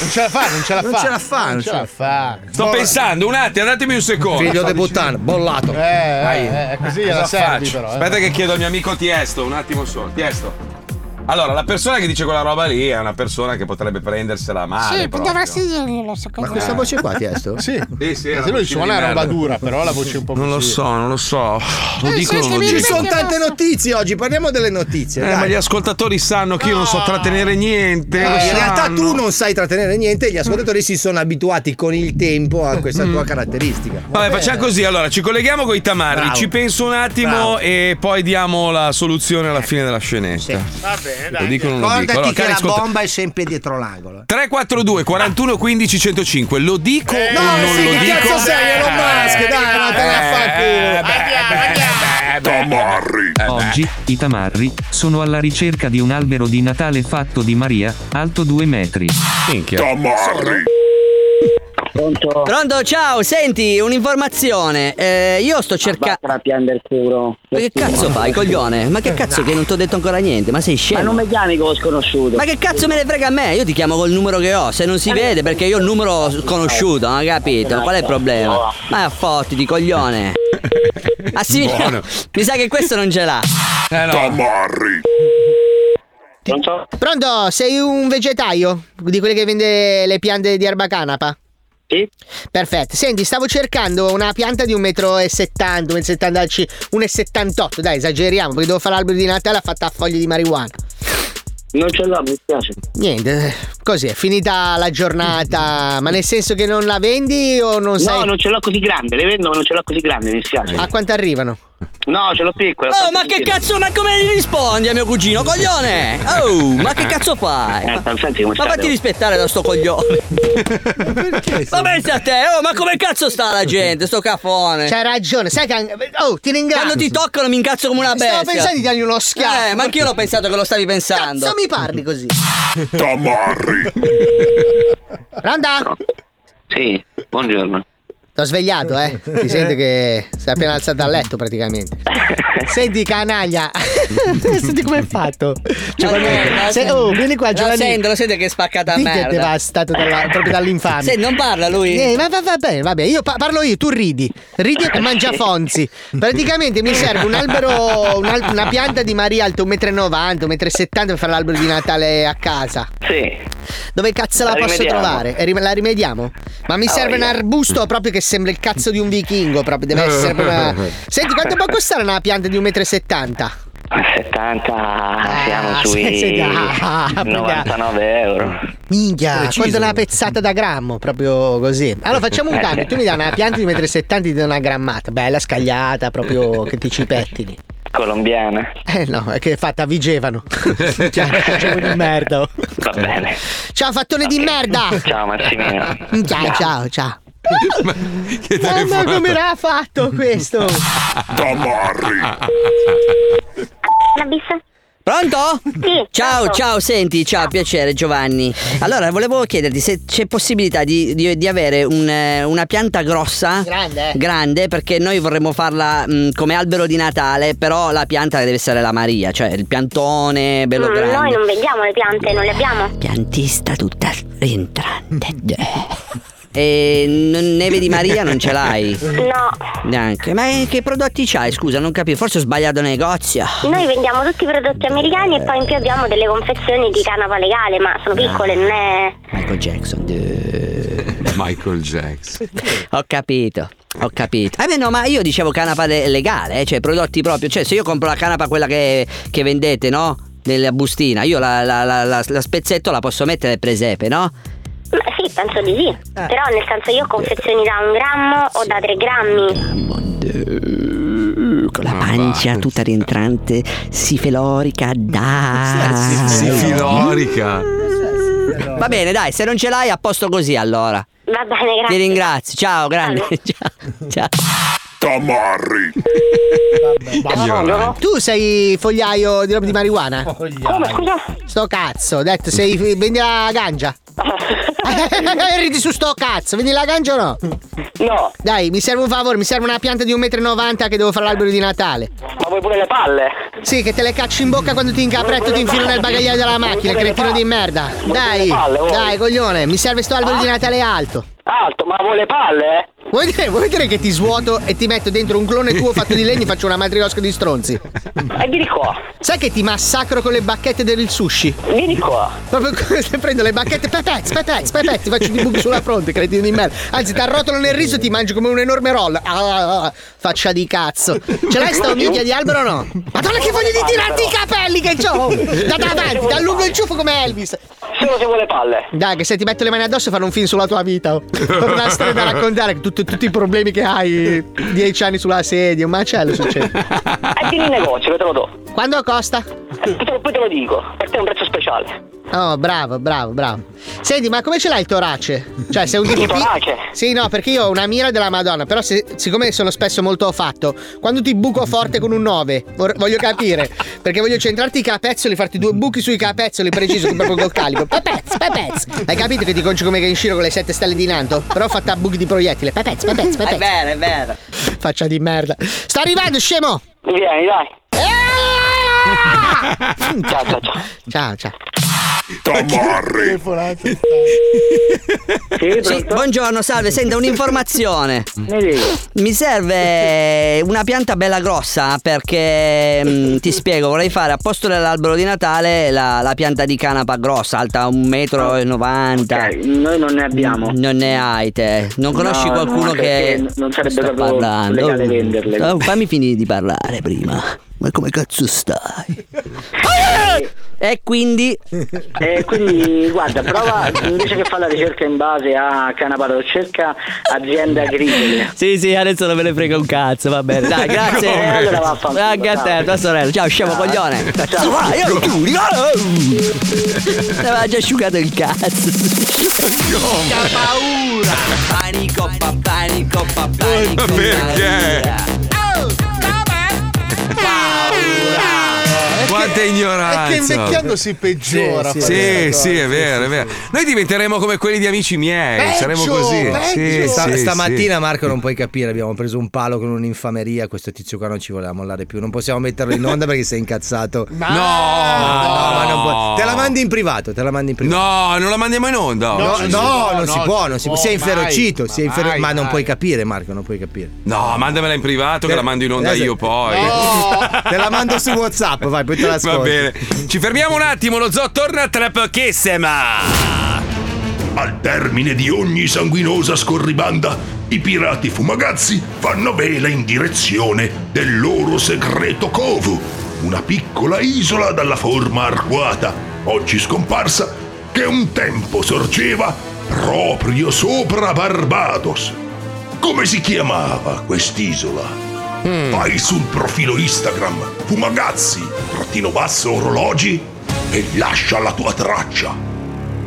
Non ce la fa, non ce la
Non
fa.
ce la fa, non ce la
fa.
Sto pensando un attimo, datemi un secondo.
Figlio di puttana, bollato.
Eh, eh, eh, così gliela
Cosa
servi
faccio?
però. eh.
Aspetta che chiedo al mio amico Tiesto, un attimo solo. Tiesto. Allora, la persona che dice quella roba lì è una persona che potrebbe prendersela male.
Sì,
Ah, proprio.
dovresti dirglielo, secondo me.
questa voce qua, Tiesto?
Sì. Eh,
Sì, sì,
Se lui suona
una
una roba
merda.
dura, però la voce è un po'
Non lo so, non lo so. Lo
Eh,
dico
sai
non
che
lo
mi-
dico.
Ci sono tante notizie oggi, parliamo delle notizie.
Eh,
dai. Ah.
ma gli ascoltatori sanno che io non so trattenere niente. lo
Eh, in realtà
sanno.
tu non sai trattenere niente, gli ascoltatori si sono abituati con il tempo a questa
Mm.
tua caratteristica.
Vabbè, facciamo così. Allora, ci colleghiamo con i tamarri,
Bravo.
ci penso un attimo
Bravo.
e poi diamo la soluzione alla fine della scenetta.
Va
bene, dai. Lo dico o non lo dico?
Ricordati
Allora,
che
cari
la
ascolta-
bomba è sempre dietro l'angolo.
342 41 15 105 lo dico o
Eh. no,
non
sì,
lo
che
dico Eh,
cazzo sei, Elon Musk, dai, ma te la fa
Eh,
Tamarri
Oggi, i tamarri sono alla ricerca di un albero di Natale fatto di Maria, alto 2 metri.
Tamarri.
Pronto? ciao, senti, un'informazione. Eh, io sto cercando. Ma che cazzo fai, coglione? Ma che cazzo che non ti ho detto ancora niente? Ma sei
cioè,
scemo?
Ma non mi chiami come sconosciuto.
Ma che cazzo me ne frega a me? Io ti chiamo col numero che ho, se non si vede perché io ho il numero sconosciuto, non ho capito? Qual è il problema? Ma fottiti, coglione. Ah sì,
Buono.
mi sa che questo non ce l'ha.
Tamarri.
Pronto, sei un vegetaio? Di quelli che vende le piante di erba canapa? Sì. Perfetto. Senti, stavo cercando una pianta di 1,70 m, 1,75 1,78 Dai, esageriamo, perché devo fare l'albero di Natale fatta a foglie di marijuana.
Non ce l'ho, mi spiace.
Niente, eh, così è finita la giornata. Ma nel senso che non la vendi o non sai?
No, non ce l'ho così grande, le vendo ma non ce l'ho così grande, mi spiace.
A quanto arrivano?
No, ce l'ho piccola.
Oh, ma che cazzo, ma come gli rispondi a mio cugino, coglione? Oh, ma che cazzo fai?
Eh, senti come
Ma
state,
fatti
oh.
rispettare da sto coglione. Ma pensa a te, oh, ma come cazzo sta la gente, sto cafone?
C'hai ragione, sai che. an- Oh, ti ringrazio.
Eh. Quando ti toccano mi incazzo come una bestia.
Stavo pensando di dargli uno schiaffo.
Eh, ma anch'io l'ho pensato che lo stavi pensando.
Cazzo mi parli così?
Tamarri.
Randa?
Sì, buongiorno.
T'ho svegliato, eh? Si sente che sei appena alzato dal letto praticamente. Senti, canaglia. Senti come hai fatto.
Giovanni,
Certo. Se- oh, vieni qua,
Lo
Giovanni.
sento, lo sento che è spaccata a
Dì che è
merda.
devastato dalla- proprio dall'infamia.
Se non parla lui.
Eh, va, va, va bene, va bene. Io pa- parlo io, tu ridi. Ridi e mangia Fonzi. Praticamente mi serve un albero, un al- una pianta di Maria alta 1,90 m, 1,70 m per fare l'albero di Natale a casa.
Sì.
Dove cazzo la,
La
posso
rimediamo.
trovare? E rim- la rimediamo? Ma mi
Oh,
Ah,
serve un
voglio.
arbusto proprio che sembra il cazzo di un vichingo. Proprio deve essere proprio una- Senti, quanto può costare una pianta di 1,70 m?
A 70 Eh, siamo
Ah,
sui
sì, sì, dai, dai.
99 euro.
Minchia, quando è una pezzata da grammo, proprio così. Allora facciamo un cambio, tu mi dai una pianta di 1,70 m, ti do una grammata, bella scagliata, proprio che ti ci pettini.
colombiana.
Eh no, è che è fatta a Vigevano. Ciao, fattone Cioè, di merda. oh.
Va bene.
Ciao, fattone di merda.
Ciao Massimino.
Ciao, ciao, ciao.
Che
Mamma, come l'ha fatto questo?
Pronto? ciao, ciao, senti, ciao, piacere Giovanni. Allora, volevo chiederti se c'è possibilità di, di- di avere un, eh, una pianta grossa,
Grande.
grande, perché noi vorremmo farla mh, come albero di Natale, però la pianta deve essere la Maria, cioè il piantone, bello
Mm,
grande.
Noi non vendiamo le piante, non le abbiamo.
Piantista tutta rientrante. E n- neve di Maria non ce l'hai?
No.
Neanche. Ma eh, che prodotti c'hai? Scusa, non capisco. Forse ho sbagliato negozio.
Noi vendiamo tutti i prodotti americani e poi in più abbiamo delle confezioni di canapa legale, ma sono piccole, non è.
Michael Jackson.
Eh, Michael Jackson.
Ho capito. Ho capito. Eh beh no, ma io dicevo canapa de- legale, eh, cioè prodotti proprio. Cioè, se io compro la canapa quella che, che vendete, no? Nella bustina, io la, la, la, la- la spezzetto la posso mettere presepe, no?
Ma sì, penso di sì.
Eh.
Però nel senso io ho confezioni da un grammo o da tre grammi.
Eh,
Con la pancia tutta rientrante, sifilorica, da.
Sì, filorica.
Va bene, dai, se non ce l'hai, a posto così allora.
Va bene,
Ti
grazie.
ringrazio, ciao, grande. Ciao, ciao.
Tamarri.
Buongiorno. Tu sei fogliaio di roba di marijuana? Come scusa? Sto cazzo, ho detto, sei, vendi la gangia. Ridi su sto cazzo, vendi la gangia o no?
No.
Dai, mi serve un favore, mi serve una pianta di 1,90 m che devo fare l'albero di Natale.
Ma vuoi pure le palle?
Sì, che te le cacci in bocca quando ti incapretto e ti infilo nel bagagliaio della macchina, cretino di merda. Dai, dai, coglione, mi serve sto albero di Natale alto.
Ah. Alto, ma vuole palle? eh?
Vuoi dire, vuoi dire che ti svuoto e ti metto dentro un clone tuo fatto di legno e faccio una matriosca di stronzi? E
Eh, vieni qua.
Sai che ti massacro con le bacchette del sushi?
Vieni qua.
Proprio come se prendo le bacchette, pepez, pepez, pepez, ti faccio i buchi sulla fronte, cretino di merda. Anzi, ti arrotolo nel riso e ti mangio come un enorme roll. Ah, ah, faccia di cazzo. Ce l'hai sta minchia di albero o no? Madonna che voglio di tirarti i capelli che c'ho! Da davanti, da lungo il ciuffo come Elvis.
Solo se vuole palle.
Dai, che se ti metto le mani addosso fanno un film sulla tua vita. oh. Una storia da raccontare, tutti, tutti i problemi che hai, dieci anni sulla sedia, un macello succede.
E vieni in Eh, negozio, che te lo do.
Quando costa?
E te lo- poi te lo dico, per te è un prezzo speciale.
Oh, bravo, bravo, bravo. Senti, ma come ce l'hai il torace? Cioè, sei un tipo.
Il torace?
Sì, no, perché io ho una mira della Madonna. Però, se- siccome sono spesso molto fatto, quando ti buco forte con un 9, vor- voglio capire. perché voglio centrarti i capezzoli, farti due buchi sui capezzoli preciso, come proprio col calibro. Pepez, pepez. Hai capito che ti conci come Kenshiro con le sette stelle di Nanto? Però fatta a buchi di proiettile. Pepez, pepez, pepez.
È vero, è vero.
Faccia di merda. Sta arrivando, scemo!
Vieni, dai.
Eh! Ciao, ciao, ciao. Ciao, ciao.
Sì, buongiorno, salve, senta un'informazione. Mi serve una pianta bella grossa perché mm, ti spiego, vorrei fare a posto dell'albero di Natale la, la pianta di canapa grossa, alta 1,90 m.
Noi non ne abbiamo.
Mm, Non ne hai te. Non conosci
No, no,
qualcuno
perché
che.
non sarebbe
sta
proprio
parlando.
legale venderle.
Oh, fammi finire di parlare prima. Ma come cazzo stai? E quindi?
E quindi guarda, prova invece che fa la ricerca in base a Canaparo, cerca azienda agricola.
Sì, sì, adesso non me ne frega un cazzo, va bene. Dai, grazie.
Come? Allora vaffanculo,
Anche a te,
dai.
tua sorella. Ciao, scemo
Ciao.
coglione.
Ciao.
Cazzo, vai, io tu, di- Ti aveva già asciugato il cazzo. Che paura. Panico, pa- panico, pa- panico.
Eh,
Perché?
Eh.
Quanta ignoranza.
È che invecchiando si peggiora.
Sì,
fa
sì,
questa
sì, è vero, è vero. Noi diventeremo come quelli di amici miei, Eh, saremo così. Sì,
Sta-
sì,
stamattina Marco non puoi capire, abbiamo preso un palo con un'infameria, questo tizio qua non ci voleva mollare più, non possiamo metterlo in onda perché sei incazzato. No, no, ma non puoi. Te la mandi in privato, te la mandi in
sì.
privato.
No, non la mandiamo in onda.
No,
oggi.
no, non si può, non si può. Sei
mai,
inferocito,
ma
sei infero-
mai,
ma non
mai.
puoi capire Marco, non puoi capire.
No, mandamela in privato che la mando in onda
Adesso-
io poi.
Te la mando su WhatsApp, vai, poi te Eh. la
Va
ascolti.
bene. Ci fermiamo un attimo, lo zoo torna tra pochissimo.
Al termine di ogni sanguinosa scorribanda, i pirati fumagazzi fanno vela in direzione del loro segreto covo, una piccola isola dalla forma arcuata, oggi scomparsa, che un tempo sorgeva proprio sopra Barbados. Come si chiamava quest'isola?
Mm.
Vai sul profilo Instagram Fumagazzi, trattino basso orologi e lascia la tua traccia.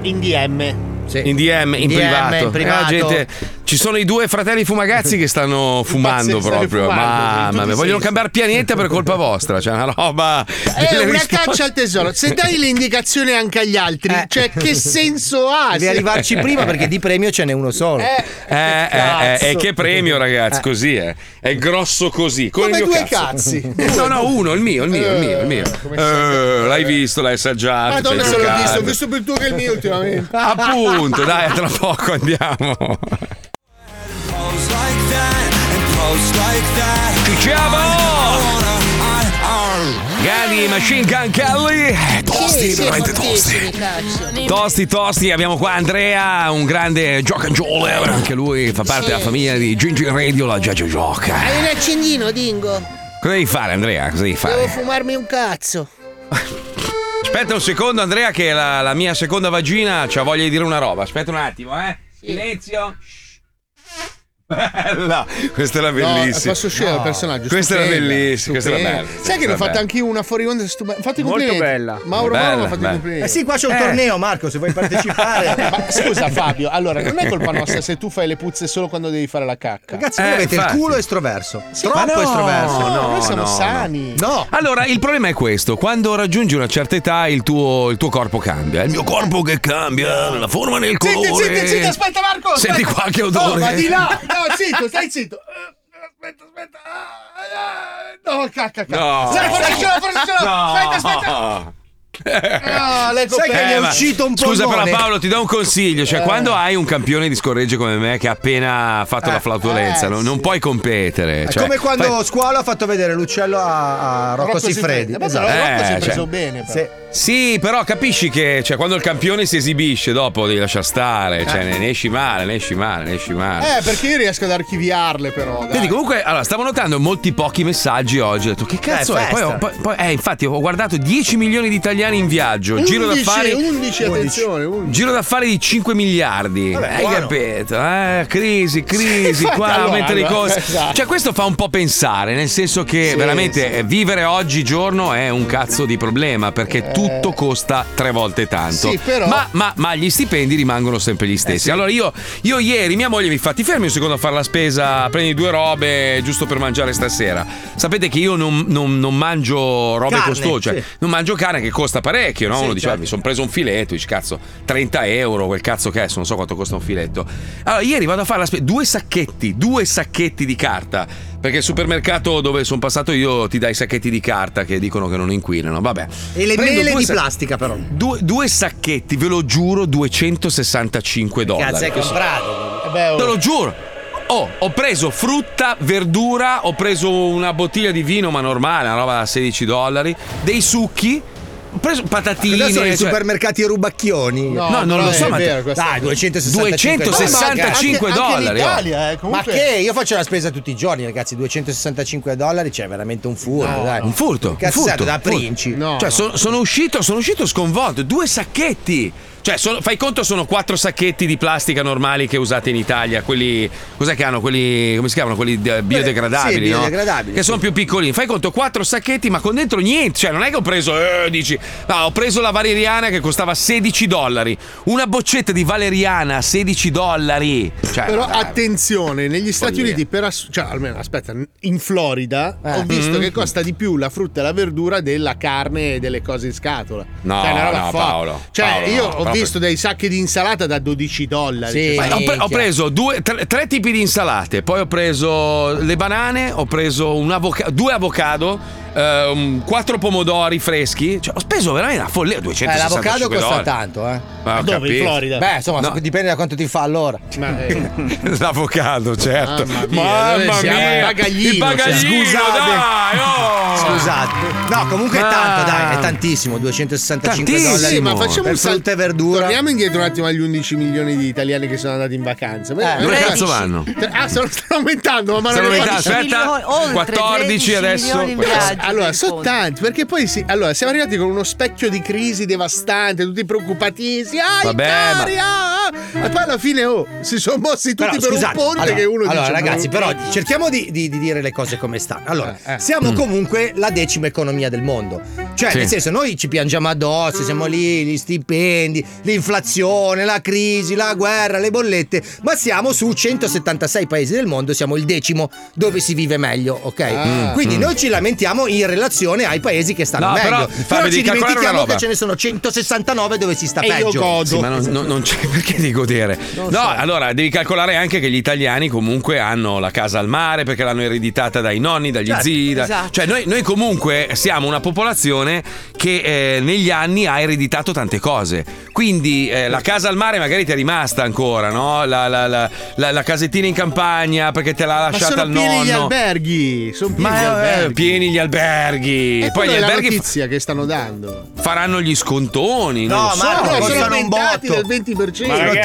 In DM.
In DM, in,
In DM,
privato.
in privato.
Eh, gente, ci sono i due fratelli Fumagazzi che stanno fumando
Impazziscono e
proprio.
fumando, in tutti
Mamma
i
mia, vogliono
sensi.
cambiare pianeta per colpa vostra. Cioè, una roba.
È
delle
Eh, una
risposte-
caccia al tesoro. Se dai le indicazioni anche agli altri, cioè che senso ha?
Eh. Devi
Se- Eh,
arrivarci prima perché di premio ce n'è uno solo.
Eh, eh,
Cazzo.
eh, e che premio, ragazzi, così è. È grosso così. Come
Come
il mio
due
cazzo.
cazzi.
No, no, uno, il mio, il mio, il mio, il mio. Eh, l'hai visto, l'hai assaggiato.
Madonna,
ci
se
hai
l'ho
giocato.
visto, ho visto più il tuo che il mio ultimamente.
Appunto, dai, a tra poco andiamo. Ci siamo! Gani, Machine Gun Kelly. Tosti, veramente tosti. Tosti, tosti, abbiamo qua Andrea, un grande giocangiolo. Anche lui fa parte
Sì.
della famiglia di Gingin Radio, la Giagio Gioca.
Hai un accendino, Dingo?
Cosa devi fare, Andrea? Cosa devi fare?
Devo fumarmi un cazzo.
Aspetta un secondo, Andrea, che la, la mia seconda vagina ha voglia di dire una roba. Aspetta un attimo, eh. Silenzio. Bella. eh. Questa era bellissima.
posso uscire dal personaggio?
Questa era
Stupenda,
bellissima. Questa era
stupenda.
bella.
Sai che ne ho fatta
anche
anche una fuori onda stupenda. Fate i
Molto
complimenti.
bella.
Mauro
Bella,
Mauro ha fatto i
bella.
complimenti.
Eh sì, qua c'è un torneo, Marco, se vuoi partecipare.
Ma scusa Fabio, allora non è colpa nostra se tu fai le puzze solo quando devi fare la cacca.
Ragazzi, voi avete il culo estroverso.
eh, Sì,
Troppo
ma no,
estroverso.
no, No, noi siamo no, sani.
No.
Allora, il problema è questo: quando raggiungi una certa età, il tuo, il tuo corpo cambia. Il mio corpo che cambia, la forma nel colore.
Zitti, zitti, zitti, aspetta Marco!
Senti
aspetta.
qualche odore.
No, ma di là! No, zitto, stai zitto. Eh, No, cacca, cacca.
No.
Dai, forse ce l'ho, forse ce l'ho.
No.
Aspetta, aspetta. Ah, le
Eh. Sai che
coperte.
gli è
Eh, ma-
uscito un
Scusa,
polmone.
però Paolo, ti do un consiglio:
Eh.
cioè, quando hai un campione di scorregge come me che ha appena fatto
Eh.
la flautolenza, no- non puoi competere.
È
cioè,
come quando
fai-
Squalo ha fatto vedere l'uccello a, a Rocco,
Rocco
Siffredi. Esatto.
Siffredi. Ma però Rocco si è
Eh,
preso
cioè-
bene. però.
Sì, però capisci che cioè, quando il campione si esibisce, dopo devi lasciar stare, cioè, ne, ne esci male, ne esci male, ne esci male.
Eh, perché io riesco ad archiviarle però.
Vedi, comunque, allora, stavo notando molti pochi messaggi oggi. Ho detto, che cazzo
Eh,
è? Poi, ho-
festa.
poi- poi- eh, infatti, ho guardato 10 milioni di italiani in viaggio. giro d'affari.
11, attenzione. 11.
Giro d'affari di 5 miliardi.
Vabbè,
Hai
buono.
capito? Eh, crisi, crisi,
infatti,
qua
allora,
mentre le
allora,
cose.
esatto.
Cioè, questo fa un po' pensare, nel senso che
Sì,
veramente eh, vivere oggigiorno è un cazzo di problema perché tutto costa tre volte tanto.
Eh. Sì, però- Eh,
Ma, ma- ma gli stipendi rimangono sempre gli stessi. Allora, io, io ieri mia moglie mi fa: Ti fermi un secondo a fare la spesa, prendi due robe giusto per mangiare stasera. Sapete che io non, non- non mangio robe
Carne,
costose, cioè,
sì.
non mangio carne che costa parecchio, no?
Sì,
Uno dice,
certo.
"Ah, mi sono preso un filetto, dici cazzo, 30 euro, quel cazzo che è, adesso non so quanto costa un filetto. Allora, ieri vado a fare la spesa, due sacchetti, due sacchetti di carta, perché il supermercato dove sono passato io ti dai i sacchetti di carta che dicono che non inquinano, vabbè.
E le
Prendo
mele
due
di
sa-
plastica, però.
Due, due sacchetti, ve lo giuro, 265 dollari.
Cazzo, hai
che sono-
comprato.
Te lo giuro. Oh, ho preso frutta, verdura, ho preso una bottiglia di vino, ma normale, una roba da 16 dollari, dei succhi, ho preso patatine.
Adesso sono i
cioè-
supermerconi rubacchioni.
No, No, non lo so, è ma- vero, questo è
Dai,
vero.
265,
265
Anche- anche
dollari,
l'Italia,
oh.
eh, comunque. Ma che? Io faccio la spesa tutti i giorni, ragazzi. 265 dollari, c'è veramente un furto. dai.
Un furto, un
Incazzato
furto,
da
un furto.
princi.
Cioè, sono, sono uscito, sono uscito sconvolto. Due sacchetti. Cioè, sono- fai conto, sono quattro sacchetti di plastica normali che usate in Italia. Quelli. Cos'è che hanno? Quelli. Come si chiamano? Quelli eh, biodegradabili.
sì,
no?
biodegradabili,
Che sono più piccolini. Fai conto, quattro sacchetti, ma con dentro niente. Cioè, non è che ho preso. eh, dici. No, ho preso la valeriana che costava 16 dollari. Una boccetta di valeriana a 16 dollari. Cioè,
Però
dai.
attenzione, negli Stati
Follia.
Uniti, per ass- cioè almeno aspetta, in Florida ho visto
Mm.
che costa di più la frutta e la verdura della carne e delle cose in scatola.
No,
Cioè, una roba
no,
forte.
Paolo,
Cioè,
Paolo,
io
no,
ho
proprio.
visto dei sacchi di insalata da 12 dollari.
Ma
Cioè,
ho, pre- ho preso due- tre, tre tipi di insalate, poi ho preso le banane, ho preso un avoca- due avocado, ehm, quattro pomodori freschi. Cioè, ho speso veramente una follia.
Eh,
265
l'avocado costa
dollari.
tanto, eh.
Ma ho capito.
Beh, insomma,
No.
dipende da quanto ti fa allora.
L'avocado, certo.
Mamma mia,
Mamma
dove
mia,
siamo? Il bagaglino,
il bagaglino,
cioè.
dai, oh!
Scusate. No, comunque
Ma-
è tanto, dai, è tantissimo, 265 dollari.
Sì, ma facciamo
per
un
frutta
salto
e verdura.
Torniamo indietro un attimo agli 11 milioni di italiani che sono andati in vacanza. Beh,
Dove
eh,
cazzo
11?
vanno?
Ah, sono- stanno aumentando, ma
Stanno
non
aumentando, aspetta, Oltre 14 adesso,
Allora, sono tanti, perché poi sì, allora, siamo arrivati con uno specchio di crisi devastante, tutti preoccupatissimi. Ah,
Vabbè,
l'Italia! E poi alla fine, oh, si sono mossi tutti
Però,
per
scusate,
un ponte
allora,
che uno
allora,
dice. "Mm,
ragazzi,
"Ma-
però cerchiamo di, di- di dire le cose come stanno. Allora, siamo
Mm.
comunque la decima economia del mondo. Cioè,
Sì.
nel senso, noi ci piangiamo addosso, siamo lì, gli stipendi, l'inflazione, la crisi, la guerra, le bollette, ma siamo su 176 paesi del mondo, siamo il decimo dove si vive meglio, ok?
Ah.
Quindi
Mm.
noi ci lamentiamo in relazione ai paesi che stanno
No, però,
meglio. Però,
fammi
ci
calcolare una
dimentichiamo
roba.
che ce ne sono 169 dove si sta
E
peggio.
Sì, ma non, non- non c'è perché di godere. No, allora devi calcolare anche che gli italiani comunque hanno la casa al mare perché l'hanno ereditata dai nonni, dagli
Certo,
zii. da-
esatto.
Cioè, noi, noi comunque siamo una popolazione che eh, negli anni ha ereditato tante cose. Quindi eh, la casa al mare magari ti è rimasta ancora, no? La, la- la- la- la casettina in campagna perché te l'ha
Ma
lasciata
sono
il
pieni gli
nonno.
alberghi. Sono pieni gli
Ma eh,
alberghi.
pieni gli alberghi.
E
Poi gli
è la
alberghi
notizia che stanno dando.
fa- faranno gli scontoni. non lo so.
sono, sono
Costano un
aumentati
botto.
del 20%.
Ma ragazzi,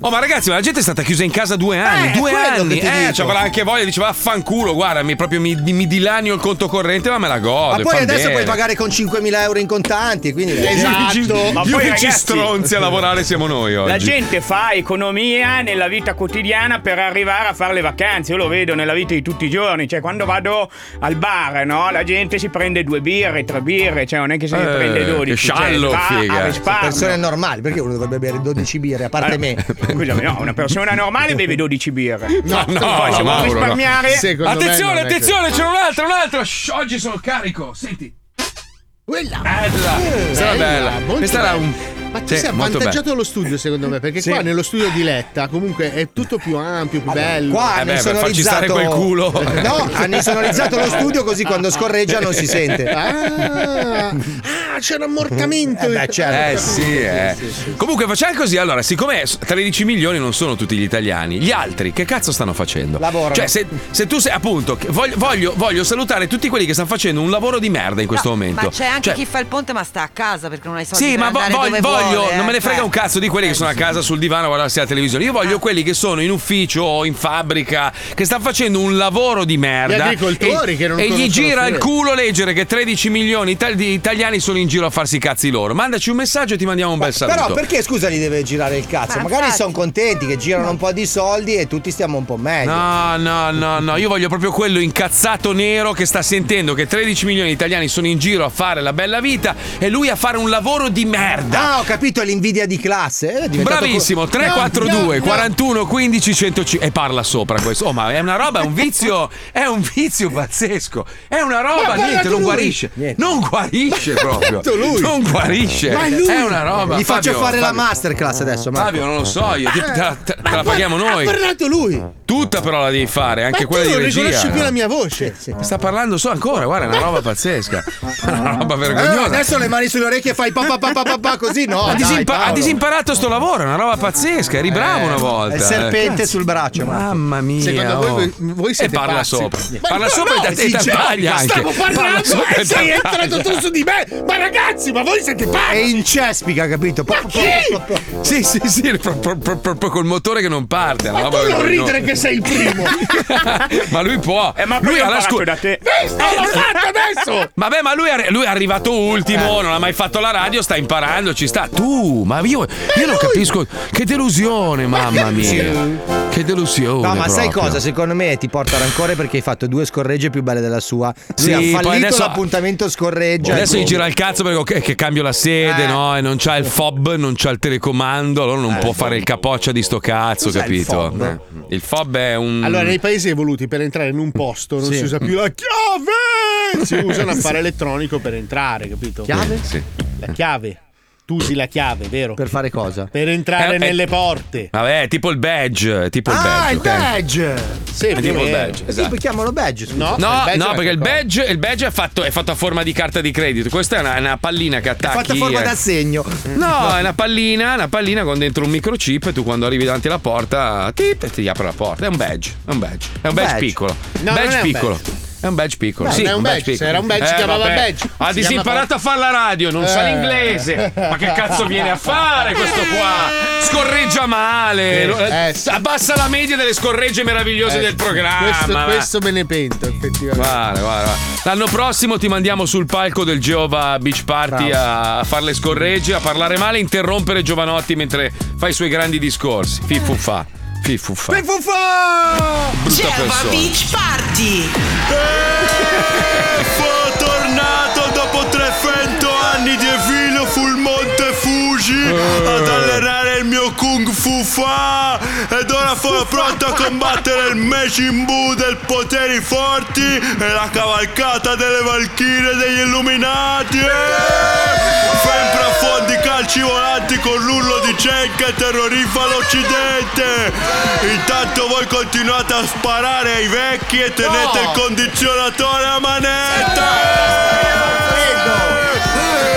Oh, ma ragazzi, ma la gente è stata chiusa in casa due anni.
Eh,
due
quello
anni.
che ti
Eh,
dico.
c'aveva anche voglia, diceva vaffanculo, guarda, mi, proprio mi, mi dilanio il conto corrente, ma me la godo.
Ma
e
poi
fa
adesso
bene. Esatto.
puoi pagare con 5.000 euro in contanti, quindi Esatto.
Io che ci-
Ma
io
poi,
che ci
ragazzi,
stronzi a lavorare siamo noi oggi.
La gente fa economia nella vita quotidiana per arrivare a fare le vacanze. Io lo vedo nella vita di tutti i giorni. Cioè, quando vado al bar, no? La gente si prende due birre, tre birre, cioè non è che se ne
Eh,
prende
che
12.
sciallo,
cioè, va
figa.
a risparmio.
Persone normali, perché uno dovrebbe bere 12 birre, a parte me.
Scusami, no, una persona normale beve 12 birre.
No,
Poi,
no,
se vuoi
Mauro, no.
risparmiare.
Secondo
Attenzione,
me non è
attenzione,
così.
c'è un altro, un altro. Shh, oggi sono carico. Senti.
Quella.
Eh,
Questa era bella.
molto
Questa era
bella.
un-
Ma tu
Sì,
sei
molto
avvantaggiato lo studio, secondo me, perché
Sì.
qua nello studio di Letta comunque è tutto più ampio, più bello.
Qua
Eh
hanno insonorizzato No, hanno insonorizzato lo studio così quando scorreggia non si sente.
Ah, ah, c'è un ammortamento.
beh, certo.
Eh sì, eh. Comunque facciamo così, allora, siccome 13 milioni non sono tutti gli italiani, gli altri che cazzo stanno facendo?
Lavorano.
Cioè, se, se tu sei, appunto, che- voglio, voglio, voglio salutare tutti quelli che stanno facendo un lavoro di merda in questo momento.
Ma c'è anche
Cioè,
chi fa il ponte ma sta a casa perché non hai soldi
Sì,
per
ma vo-
andare
vo-
dove
voglio,
vuole,
non me
eh, Ah.
ne frega
cioè.
un cazzo di quelli che sono a casa sul divano a guardarsi la televisione. Io voglio quelli che sono in ufficio, in fabbrica, che stanno facendo un lavoro di merda.
Gli agricoltori
e,
che non
E gli
conoscono
gira il
più.
culo leggere che 13 milioni ital- di italiani sono in giro a farsi i cazzi loro. Mandaci un messaggio e ti mandiamo un bel saluto.
Però perché scusa gli deve girare il cazzo? Magari sono contenti che girano un po' di soldi e tutti stiamo un po' meglio.
No, no, no, no, io voglio proprio quello incazzato nero che sta sentendo che 13 milioni di italiani sono in giro a fare la bella vita e lui a fare un lavoro di merda.
Ah, ho capito, è l'invidia di classe. Eh, È diventato
Bravissimo,
co-
342
No, no, no.
41 15 105 e parla sopra questo. Oh, ma è una roba, è un vizio, è un vizio pazzesco. È una
Ma
roba,
parla
niente,
tu
non
lui.
guarisce. Non guarisce proprio.
detto lui.
Non guarisce.
Ma è lui.
È una roba.
Gli faccio
Fabio,
fare la
Fabio.
masterclass adesso. Marco.
Fabio, non lo so io, te, te la- te- te la paghiamo
Ha
noi.
parlato lui.
Tutta però la devi fare, anche
Ma tu
quella di
non
regia.
riconosci più
no?
la mia voce.
Sta parlando solo ancora, guarda, è una roba pazzesca. È una roba vergognosa.
Eh, adesso le mani sulle orecchie e fai pa pa pa pa pa, pa, così, no?
ha,
dai,
disimpa- ha
Paolo.
disimparato sto lavoro, è una roba pazzesca. Eri bravo
Eh,
una volta.
Eh,
eh.
Il serpente
Cazzo.
sul braccio.
Mamma mia.
Secondo voi-
oh.
voi siete
E parla
pazzi.
sopra.
Ma
parla
no,
sopra
no, è
e te- e te
sincero,
taglia anche.
Stavo
Parla
parlando
sopra
e Eh, sei
t'abbaglia.
entrato tu su di me. Ma ragazzi, ma voi siete
È
pazzi.
in cespica, capito? Ma
Sì, sì, sì, pro- pro- pro- proprio col motore che non parte. è una
Ma
roba
tu non
vergognosa.
ridere che sei il primo.
Mm. ma lui può.
Eh, ma poi
lui
ho
alla
imparato
scu- Eh,
da te. Visto, l'ho fatto adesso. Eh.
Vabbè, ma lui, è- lui è arrivato ultimo, non ha mai fatto la radio, sta imparando, ci sta. Tu, ma io,
Eh,
io non capisco. Che delusione, mamma mia. Che delusione.
No, ma sai
proprio.
cosa? Secondo me ti porta rancore perché hai fatto due scorregge più belle della sua.
Sì,
Lui ha
poi
fallito
adesso-
l'appuntamento scorreggia.
Adesso
E-
gli gira il cazzo perché ok, che cambio la sede, no? E non c'ha il fob, non c'ha il telecomando, allora non può fare il capoccia di sto cazzo,
Cos'è il
capito?
fob?
Eh. Il fob è un.
Allora, nei paesi evoluti per entrare in un posto non
Sì.
si usa più la chiave,
Eh,
si usa un
Sì.
affare elettronico per entrare, capito?
Chiave? Sì.
La chiave. Tu usi la chiave, vero? Per
fare cosa?
Per entrare
Eh, eh.
nelle porte.
Vabbè, è tipo il badge. è
Ah,
Tipo il badge. ok?
Sì,
È tipo il
vero.
badge, esatto.
Eh, Sì, chiamalo badge. scusa.
No, no, perché il badge, il badge è, fatto, è fatto a forma di carta di credito. Questa è una, è una pallina che
È
attacca.
fatta forma d'assegno.
No, è una pallina, una pallina con dentro un microchip e tu quando arrivi davanti alla porta, tip, e ti apre la porta. È un badge, è un badge. È un badge,
Badge.
piccolo.
No,
badge
non è un
piccolo.
badge.
È un badge piccolo.
Beh,
sì,
non è un badge, se era un badge, si chiamava
vabbè.
badge.
Ha
Si
disimparato a fare la radio, non sa
Eh.
l'inglese. Ma che cazzo viene a fare questo qua? Scorreggia male.
Eh,
lo-
eh, sì.
Abbassa la media delle scorregge meravigliose
Eh,
del programma.
Questo,
va.
questo me ne pento, effettivamente.
Guarda, guarda, guarda. L'anno prossimo ti mandiamo sul palco del Geova Beach Party a, a far le scorregge, a parlare male, a interrompere Giovanotti mentre fa i suoi grandi discorsi. Fifuffa. Fifuffa. Brutta persona.
Party!
Fu tornato dopo 300 anni di filo sul monte Fuji ad allenare il mio Kung Fu Fa ed ora sono pronto a combattere il Majin Buu del poteri forti e la cavalcata delle valchirie degli illuminati Eh! sempre a fondi calci volanti con l'urlo di Chen che terrorizza l'Occidente intanto voi continuate a sparare ai vecchi e tenete il condizionatore a manetta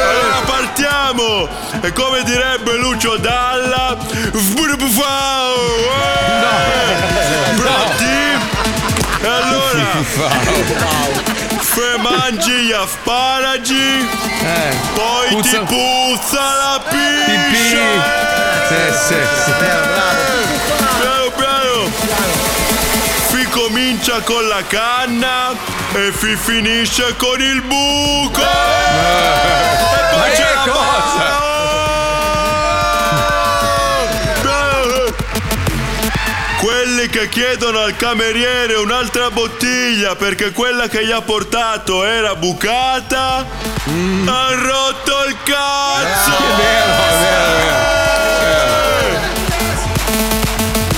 allora partiamo! E come direbbe Lucio Dalla, sbrubufau! Eh! Pronti? E allora... Se mangi gli asparagi, poi ti puzza la piscia! Piano piano! Si comincia con la canna e si finisce con il buco! E poi c'è la Eh. barra! Quelli che chiedono al cameriere un'altra bottiglia perché quella che gli ha portato era bucata, hanno rotto il cazzo!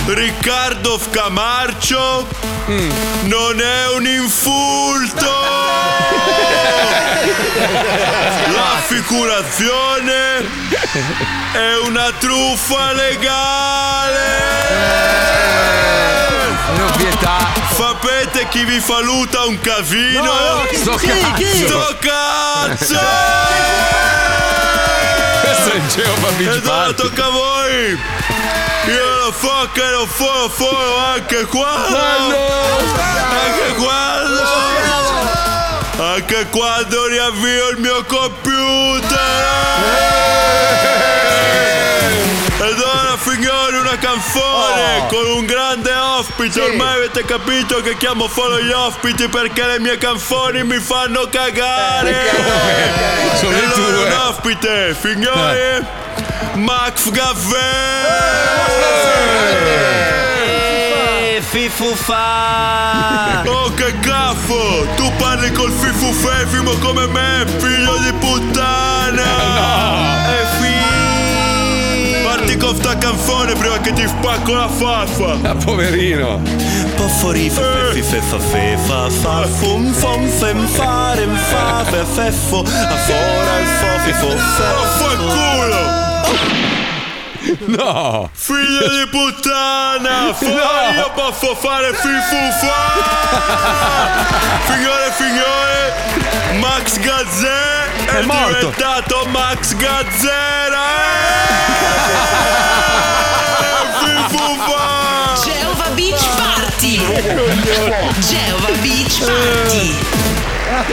Riccardo Scamarcio non è un insulto! L'afficurazione è una truffa legale! Sapete chi vi faluta un casino?
No, no,
sto
chi, chi, chi?
Sto cazzo! Questo è il Ed ora tocca a voi! Io lo so che lo fuoco fuoco anche quello! Anche quello! Anche quando riavvio il mio computer! Ed ora signori una canzone con un grande ospite Ormai avete capito che chiamo solo gli ospiti perché le mie canzoni mi fanno cagare Sono e allora un ospite, signori Max Gaffè Fifufa Oh che gaffo Tu parli col fifufefimo come me Figlio di puttana Eh, No E fi Parti con sta canzone prima che ti spacco la faffa Ah poverino Poffori fefefi fefa fefa fa fum fum fem farem fa fe feffo a fora il fofi fofa No! Figlio di puttana! Fuori
No.
io posso fare fifufa! Figliore, figliore! Max Gazzè è, diventato Max eh! Gazzera! fifufa!
Geova Beach Party! Geova Beach Party!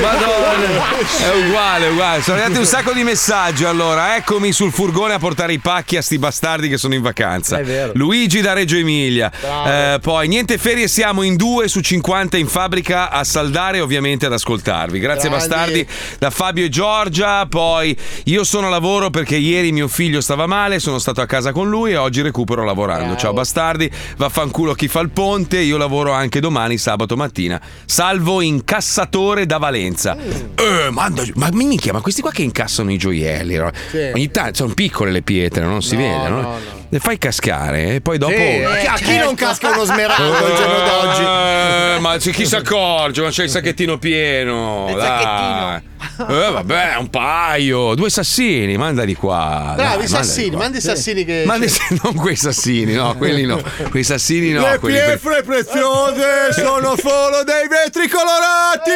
Madonna, è uguale, è uguale. Sono arrivati un sacco di messaggi. Allora, eccomi sul furgone a portare i pacchi a sti bastardi che sono in vacanza. Luigi da Reggio Emilia. Eh, poi, niente ferie, siamo in due su 50 in fabbrica a saldare e ovviamente ad ascoltarvi. Grazie,
Grandi.
bastardi. Da Fabio e Giorgia. Poi, io sono a lavoro perché ieri mio figlio stava male. Sono stato a casa con lui e oggi recupero lavorando. Ciao, bastardi. Vaffanculo chi fa il ponte. Io lavoro anche domani, sabato mattina. Salvo incassatore da Valenza. Eh, manda giù. ma minchia, ma questi qua che incassano i gioielli. no?
Sì.
Ogni tanto sono piccole le pietre, non si vede, no? Eh, Le fai cascare e poi dopo.
Sì, a chi- a chi non casca uno smeraldo cioè, al giorno d'oggi?
Eh, ma c'è chi si accorge? Ma c'è il sacchettino pieno.
Il
dai. Eh, vabbè, un paio, due sassini, mandali qua. dai,
Bravi
mandali
Sassini,
qua.
mandi i Sassini che.
Ma adesso- non quei sassini, no, quelli no. Quei sassini no.
Le
quelli per-
pietre preziose sono solo dei vetri colorati!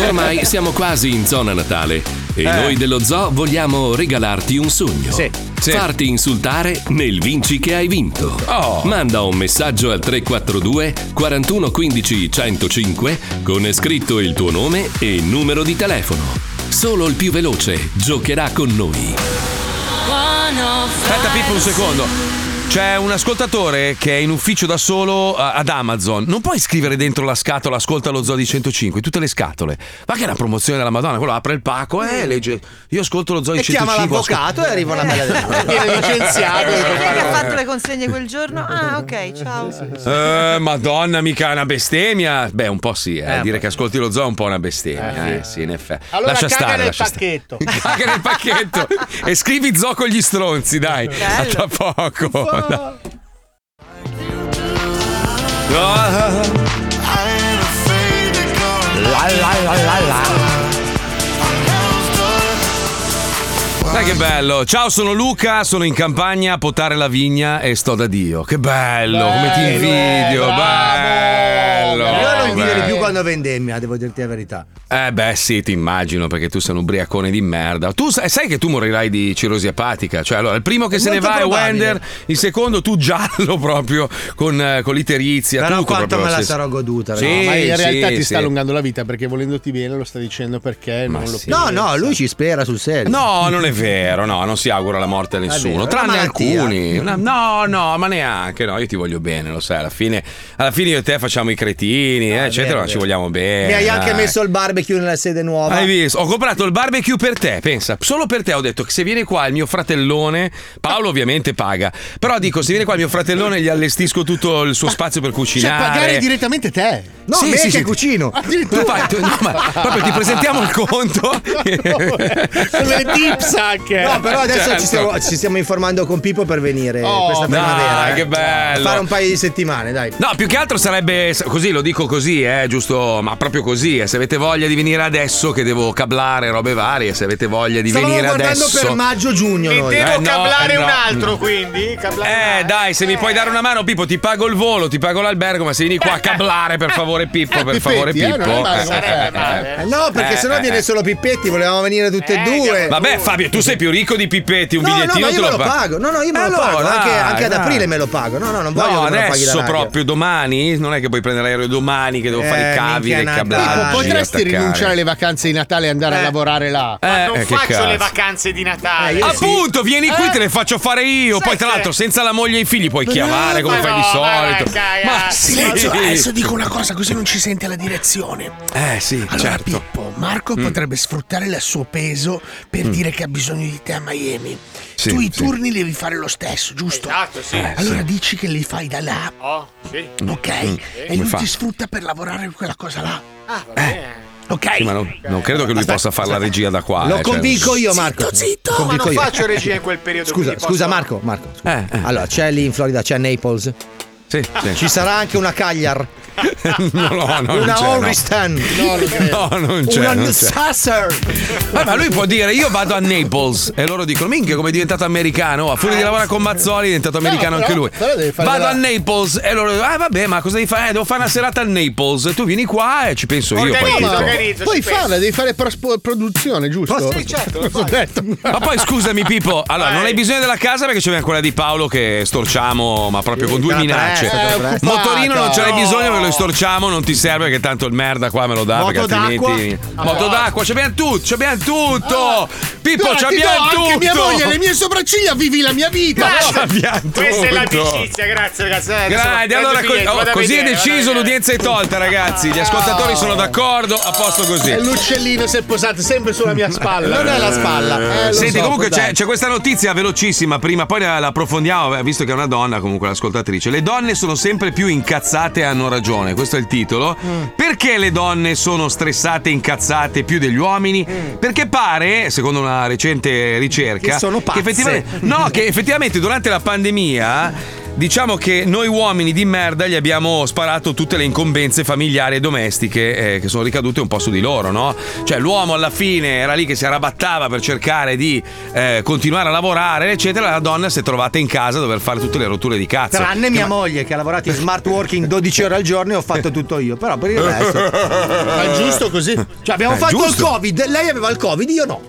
Ormai siamo quasi in zona natale. E
Eh.
noi dello zoo vogliamo regalarti un sogno. Farti insultare nel vinci che hai vinto. Manda un messaggio al 342 41 15 105 con scritto il tuo nome e numero di telefono. Solo il più veloce giocherà con noi.
Aspetta Pippo un secondo. C'è un ascoltatore che è in ufficio da solo a- ad Amazon. Non puoi scrivere dentro la scatola ascolta lo zoo di 105, tutte le scatole. Ma che è una promozione della Madonna, quello apre il pacco e legge io ascolto lo zoo di
E chiama
105.
l'avvocato e arriva una bella
domanda.
Chi è che ha fatto le consegne quel giorno? Ah, ok, ciao.
Eh, Madonna, mica una bestemmia. Beh, un po' sì, eh. dire che ascolti lo zoo è un po' una bestemmia. Eh, sì, in effetti.
Allora
lascia
caga
stare,
nel
lascia stare.
pacchetto.
Caga nel pacchetto e scrivi zoo con gli stronzi, dai. A tra poco. No.
La la la la la.
Dai che bello. Ciao, sono Luca, sono in campagna a potare la vigna e sto da Dio. Che bello, come
Eh,
ti invidio, bello.
Io non direi
bello.
più quando vendemmia, devo dirti la verità.
Eh beh sì, ti immagino perché tu sei un ubriacone di merda. Tu sai, sai che tu morirai di cirrosi epatica, cioè allora il primo che
È
se ne
molto
va è
probabile.
Wender, il secondo tu giallo proprio con, eh, con l'iterizia.
Però
tutto
quanto
proprio
me la
sì, sì.
sarò goduta,
Sì,
No, ma in
sì,
realtà ti
sì.
sta allungando la vita perché volendoti bene lo sta dicendo perché non lo
No,
pensa.
no, lui ci spera sul serio.
No, non è vero, no, non si augura la morte a
vero,
nessuno,
è
tranne
una malattia.
alcuni. Una- no, no, ma neanche, no, io ti voglio bene, lo sai, alla fine, alla fine io e te facciamo i cretini, eh, eccetera,
vero,
ma ci vogliamo bene.
Mi hai anche
Eh, dai.
messo il barbecue nella sede nuova.
Hai visto? Ho comprato il barbecue per te, pensa, solo per te ho detto che se viene qua il mio fratellone, Paolo ovviamente paga, però dico se viene qua il mio fratellone gli allestisco tutto il suo spazio per
Cioè,
cucinare.
pagare direttamente te.
No, Sì, me sì, che sì. cucino.
Addirittura.
Tu fai- tu- no, ma proprio ti presentiamo il conto.
le tips anche.
No, però adesso
Certo.
ci, stiamo, ci stiamo informando con Pippo per venire
Oh,
questa
dai,
primavera. eh.
che bello.
Fare un paio di settimane, dai.
No, più che altro sarebbe così, lo dico così, eh, giusto, ma proprio così. eh, se avete voglia di venire adesso, che devo cablare robe varie, se avete voglia di
Stavamo
venire
guardando
adesso.
per maggio-giugno noi.
Eh, no, eh, no.
quindi.
Eh, dai, se mi puoi dare una mano, Pippo, ti pago il volo, ti pago l'albergo, ma se vieni qua a cablare, per favore, Pippo, per favore,
Pippetti, eh,
Pippo.
non è male, non sarebbe Eh, No, perché
Eh,
sennò
eh,
viene
eh.
solo Pippetti, volevamo venire tutte e due.
Vabbè, Fabio, tu sei più ricco di Pippetti, un
No, no,
bigliettino
ma
te
io me lo
pa-
pago. No, no, io me lo
Allora,
pago. Anche,
dai,
anche ad
dai.
aprile me lo pago. No, no, non voglio
No,
che me lo paghi la
adesso
radio.
proprio domani, non è che puoi prendere l'aereo domani che devo
Eh,
fare i cavi
minchia,
del
Natale.
cablaggio.
Potresti
attaccare.
rinunciare alle vacanze di Natale e andare a lavorare là.
Ma non Eh, che faccio cazzo. le
vacanze di
Ah,
Natale.
Appunto, vieni qui, te le faccio fare io. Poi, tra l'altro, senza la moglie e i figli puoi chiamare come
Ma
fai
Eh. no,
di
ma
solito.
dai,
Ma
Silenzio, adesso
sì.
dico una cosa così non ci sente la direzione.
Eh, sì, certo.
Marco
Mm.
potrebbe sfruttare il suo peso per dire che ha bisogno di te a Miami.
Sì,
tu i
sì.
turni devi fare lo stesso, giusto?
Esatto, sì.
Eh,
allora
sì.
dici che li fai da là,
Oh, sì.
ok?
Mm.
E
Come
lui
fa? Eh,
ti sfrutta per lavorare in quella cosa là.
Sì, ma non, non credo che lui possa fare la regia da qua.
Lo
eh, cioè-
convinco io, Marco.
Zitto, zitto.
Lo
Ma non
convinco io.
faccio regia
in quel periodo,
Scusa,
quindi
scusa,
posso-
Marco. Marco. scusa. Allora, c'è lì in Florida, c'è Naples.
Eh, Sì, sì.
Ci sarà anche una Cagliar.
no, no, non
una
c'è, no.
Orristan.
No, non c'è,
Una
non c'è.
Sasser.
Eh, ma lui può dire io vado a Naples e loro dicono minchia come è diventato americano a furia di lavorare con Mazzoli è diventato americano
Eh. No, però-
anche
però
lui
devi fare
vado
la-
a Naples e loro ah vabbè ma cosa devi fare Eh, devo fare una serata a Naples tu vieni qua e ci penso io poi tutto.
Puoi farla, devi fare pros- produzione, giusto? Sì, certo.
ma poi scusami Pippo allora non hai bisogno della casa perché c'è quella di Paolo che storciamo ma proprio con due
te la
minacce
presto, te la presto.
motorino non ce l'hai
No.
bisogno perché lo storciamo non ti serve che tanto il merda qua me lo dà
Moto
perché altrimenti Oh,
d'acqua?
moto d'acqua c'abbiamo tutto c'abbiamo tutto Pippo
Guarda, ti do
c'abbiamo tutto
anche mia moglie e le mie sopracciglia, vivi la mia vita.
Ma no, abbiamo
Questa è
tutto.
l'amicizia, grazie ragazzi. Eh,
Grande,
insomma,
allora
tanto finito,
co- oh,
vado a
così
vedere,
è
vado a
deciso,
vedere.
l'udienza è tolta, ragazzi. Gli ascoltatori sono d'accordo, a posto così.
E l'uccellino si è posato sempre sulla mia spalla. Non è la spalla. Eh, lo
Senti,
so,
comunque
dai.
c'è, c'è questa notizia velocissima, prima poi la, la approfondiamo, eh, visto che è una donna comunque l'ascoltatrice. Le donne sono sempre più incazzate e hanno ragione, questo è il titolo. Perché le donne sono stressate e incazzate più degli uomini? Perché pare, secondo una recente ricerca,
Che sono pazze.
effettivamente, no, che effettivamente durante la pandemia Diciamo che noi uomini di merda gli abbiamo sparato tutte le incombenze familiari e domestiche eh, che sono ricadute un po' su di loro, no? Cioè l'uomo alla fine era lì che si arrabattava per cercare di eh, continuare a lavorare, eccetera, la donna si è trovata in casa a dover fare tutte le rotture di cazzo.
Tranne
Che
mia
ma-
moglie che ha lavorato in smart working 12 ore al giorno e ho fatto tutto io, però per il resto.
Ma è giusto così?
Cioè abbiamo
Eh,
È
fatto
giusto.
il Covid, lei aveva il Covid, io no.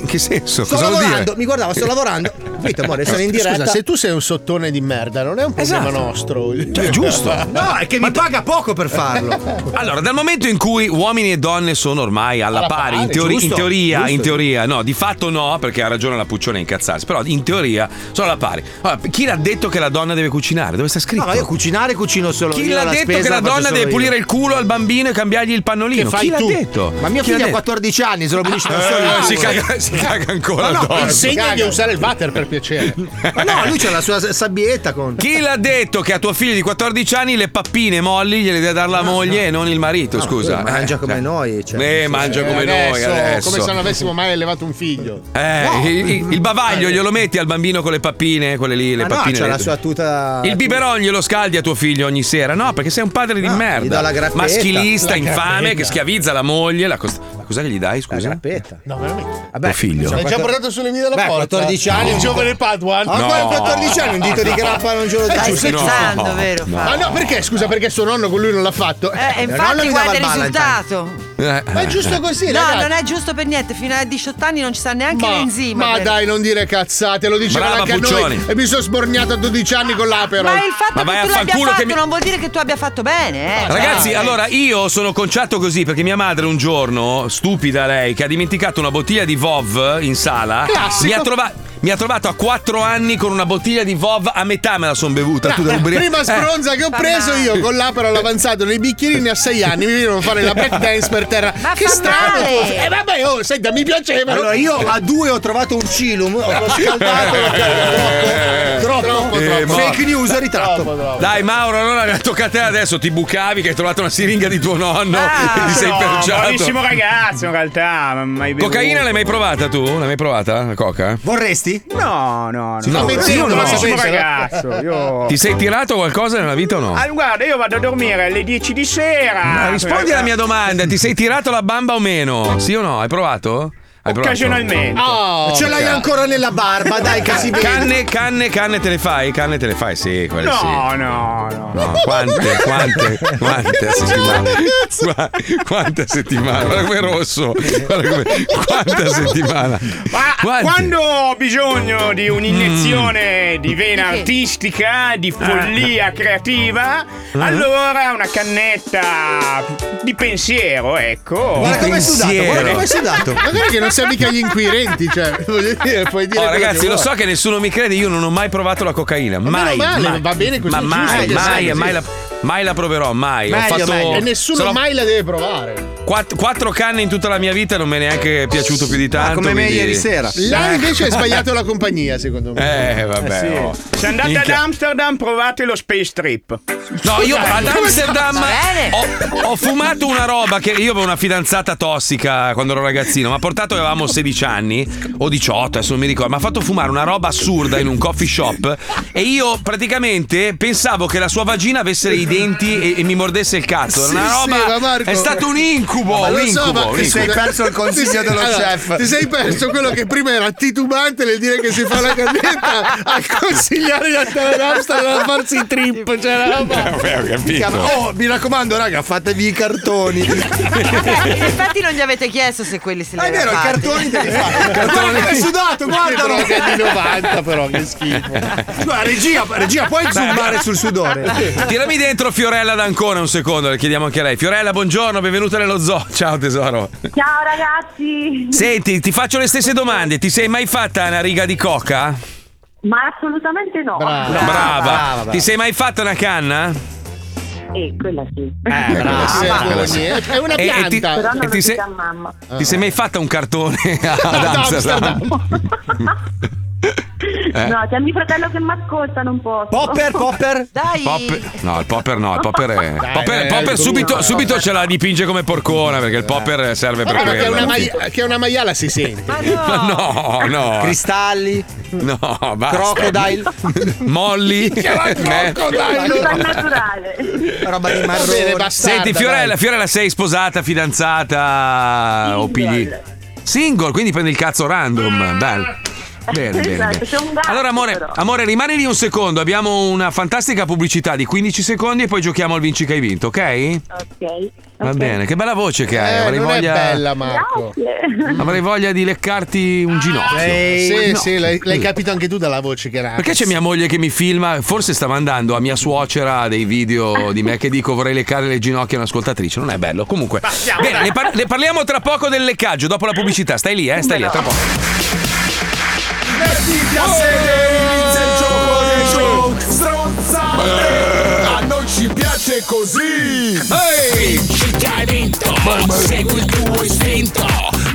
In che senso?
Sto
Eh, Cosa vuol
lavorando,
dire?
mi guardavo, sto lavorando. Capito, amore, sono in diretta.
Scusa, se tu sei un sottone di merda, non è un problema
Esatto.
nostro.
Cioè, è giusto. No, è che mi paga poco
Eh,
per farlo.
Allora, dal momento in cui uomini e donne sono ormai alla,
Alla
pari,
pari,
in, teori-
giusto,
in teoria,
giusto.
in teoria, no, di fatto no, perché ha ragione la Puccione a incazzarsi, però in teoria sono alla pari. Allora, chi l'ha detto che la donna deve cucinare? Dove sta scritto?
No, io cucinare cucino solo
eh, chi
io,
l'ha
la
detto
spesa
che la
faccio
donna
solo
deve
io.
pulire il culo al bambino e cambiargli il pannolino?
Che fai
chi l'ha
tu?
detto?
Ma mio
Chi
figlio ha
l'ha detto?
14 anni, se lo pulisce da
Eh,
solo.
si caga- si caga ancora
Ma
addosso.
Insegnagli
Caga.
a usare il water per piacere.
Ma no, lui c'ha la sua sabbietta con.
Chi l'ha detto che a tuo figlio di 14 anni le pappine molli gliele deve dare la moglie e non il marito? scusa.
quello mangia come noi. cioè.
eh, mangia
Eh,
come noi
adesso,
adesso.
Come se non avessimo mai allevato un figlio.
Eh, il, il- il bavaglio glielo metti al bambino con le pappine, quelle lì, le
Ma no,
pappine.
c'ha
le-
la sua tuta.
Il biberon glielo scaldi a tuo figlio ogni sera, no? Perché sei un padre di
No, gli
merda.
do la grappetta.
Maschilista,
La
infame,
grappetta.
che schiavizza la moglie. La, cos- la cosa che gli dai, scusa? La
grappetta.
No, veramente.
Tuo figlio.
L'hai già portato sulle mie della
Beh,
porta.
14 anni,
Il
un-
giovane Padwan.
Ah, ancora No. 14 anni, un dito
Ah,
di grappa non ce lo
Eh,
dai.
giusto, è giusto.
scherzando, vero,
No.
Fabio?
Ah, no, perché? Scusa, perché suo nonno con lui non l'ha fatto.
Eh,
mio
infatti
nonno gli dava
guarda il
Valentine.
risultato.
Eh,
Ma è giusto così,
No,
ragazzi.
non è giuusto per niente. Fino a 18 anni non ci sta neanche
Ma-
l'enzima.
Ma
per-
dai, non dire cazzate, lo diceva
Brava,
anche a
Puccioni.
noi. E mi sono sborgnato a 12 anni con l'apero.
Ma il fatto
Ma vai
che
a
tu l'abbia
fanculo che
fatto
mi-
non vuol dire che tu abbia fatto bene, eh.
Ragazzi,
Cioè,
allora io sono conciato così perché mia madre un giorno, stupida lei, che ha dimenticato una bottiglia di VOV in sala,
Classico.
mi ha, trova- mi ha trovato a 4 anni con una bottiglia di VOV, a metà me la son bevuta. tu da ubri-
Prima
Eh.
sbronza che ho preso io con l'apero all'avanzato nei bicchierini a 6 anni mi venivano a fare la break dance per terra.
Ma
che
fa
strano!
male.
E vabbè, oh, senta, mi piaceva.
Allora, io a due ho trovato un cilum, ho scaldato l'ho troppo, troppo, troppo,
Eh,
troppo.
ma-
Fake news, ritratto.
Dai Mauro, allora mi tocca a te adesso, ti bucavi che hai trovato una siringa di tuo nonno e ti sei
Ah, No,
perciato.
bravissimo ragazzo, in realtà. ma Mai bevuto.
Cocaina l'hai mai provata tu? L'hai mai provata la coca?
Vorresti?
No, no, no.
Sì, no,
Io
sì,
no,
no.
sono un ragazzo. Io...
Ti sei tirato qualcosa nella vita o no?
Ah, guarda, io vado a dormire alle 10 di sera.
Ma rispondi alla mia domanda, ti sei tirato la bamba o meno? Sì o no? Hai provato? Hai provato?
Occasionalmente.
Oh, ce l'hai
ca-
ancora nella barba, dai, che si vede.
Canne, canne, canne te le fai? Canne te le fai, sì, quelle
No,
sì.
no, no.
quante, quante, quante a settimana. Qua- Quante a settimana. Guarda come è rosso. Guarda come- Quante a settimana.
Ma
Quanti?
quando ho bisogno di un'iniezione
Mm.
di vena artistica, di
Ah.
follia creativa, allora una cannetta di pensiero, ecco.
Guarda come è sudato,
Pensiero.
guarda come è sudato. Ma guarda che non siamo mica gli inquirenti, cioè, voglio dire, puoi dire
Oh,
quello
ragazzi,
che
lo
vuoi.
so che nessuno mi crede, io non ho mai provato la cocaina. Mai.
meno male,
mai.
va bene così,
Ma
giusto
mai,
che
mai,
sia,
mai
sì.
la, mai la proverò, mai. ho
Meglio,
fatto
meglio. E nessuno
sono
mai la deve provare.
quatt- quattro canne in tutta la mia vita, non mi è neanche piaciuto più di tanto. quindi-
Là
Eh,
invece hai sbagliato la compagnia, secondo me.
Eh, vabbè.
Sì.
oh.
Se andate
Minchia.
ad Amsterdam provate lo Space Trip.
No, io ad
Come
Amsterdam
sta-
ho, ho fumato una roba che io avevo una fidanzata tossica quando ero ragazzino, ma portato che avevamo 16 anni o 18, adesso non mi ricordo, mi ha fatto fumare una roba assurda in un coffee shop e io praticamente pensavo che la sua vagina avesse i denti e, e mi mordesse il cazzo. Era
Sì,
una
sì, ma
roba
Marco-
è stato un incubo,
Ma lo
un
so,
incubo.
ma
un
ti
incubo.
sei perso il consiglio dello chef. Ti sei perso quello che prima era titubante nel dire che si fa la cannetta a consigliare di andare ad Amsterdam a farsi i trip. Cioè, la roba.
Eh, Vabbè, ho
Si chiama-
capito.
Oh, mi raccomando, raga, fatevi i cartoni.
Mm. Eh, in effetti non gli avete chiesto se quelli se li aveva
vero, i
fatti.
cartoni te li
Guarda come è sudato, guardalo.
Quello che è di 90 però, che schifo.
Guarda, regia, regia, puoi zoomare sul sudore?
Tirami dentro Fiorella d'Ancona un secondo, le chiediamo anche a lei. Fiorella, buongiorno, benvenuta nello zoo. Ciao tesoro.
Ciao ragazzi!
Senti, ti faccio le stesse domande. Ti sei mai fatta una riga di coca?
Ma assolutamente no.
No, brava.
Ah,
Ti sei mai fatta una canna?
Eh, quella sì.
Eh, quella sì,
brava.
quella sì.
È una
E-
pianta.
e ti-
Però non
e ti
lo
Ah.
dica
sei-
a
Eh.
mamma.
Ti sei mai fatta un cartone ad
Ad
Amsterdam? Eh.
No, c'è mio fratello che mi ascolta, non posso.
Popper, popper?
Dai.
Popper- no, il popper no, il popper, è-
Dai,
popper-
dai,
popper
dai,
subito,
dai. Eh.
subito ce la dipinge come porcona perché il popper serve per
Vabbè, ma che, è
quello.
una maglia- che è una maiala si sente.
Ma no, no.
Cristalli.
No, basta.
Crocodile.
Molli. Eh.
Roba di marrone.
Senti, Fiorella, Fiorella, sei sposata, fidanzata o PD? Single, quindi prendi il cazzo random. Bello. Bene, bene,
Esatto,
bene.
c'è un gatto,
Allora, amore,
però.
amore, rimani lì un secondo. Abbiamo una fantastica pubblicità di 15 secondi e poi giochiamo al Vinci che hai vinto, ok?
Ok.
Va bene, che bella voce che hai.
Eh,
Avrei
non
voglia...
è bella, Marco.
Avrei voglia di leccarti un ginocchio.
sì,
No.
sì, l'hai, l'hai
Mm.
capito anche tu dalla voce che era.
Perché c'è mia moglie che mi filma? Forse sta mandando a mia suocera dei video di me che dico vorrei leccare le ginocchia a un'ascoltatrice. Non è bello. Comunque, bene, ne, par- ne parliamo tra poco del leccaggio, dopo la pubblicità. Stai lì, eh? Stai lì, a tra poco.
Mettiti a sedere, inizia il gioco dei giochi Stronzate, a noi ci piace così Vinci che hai vinto, segui il tuo istinto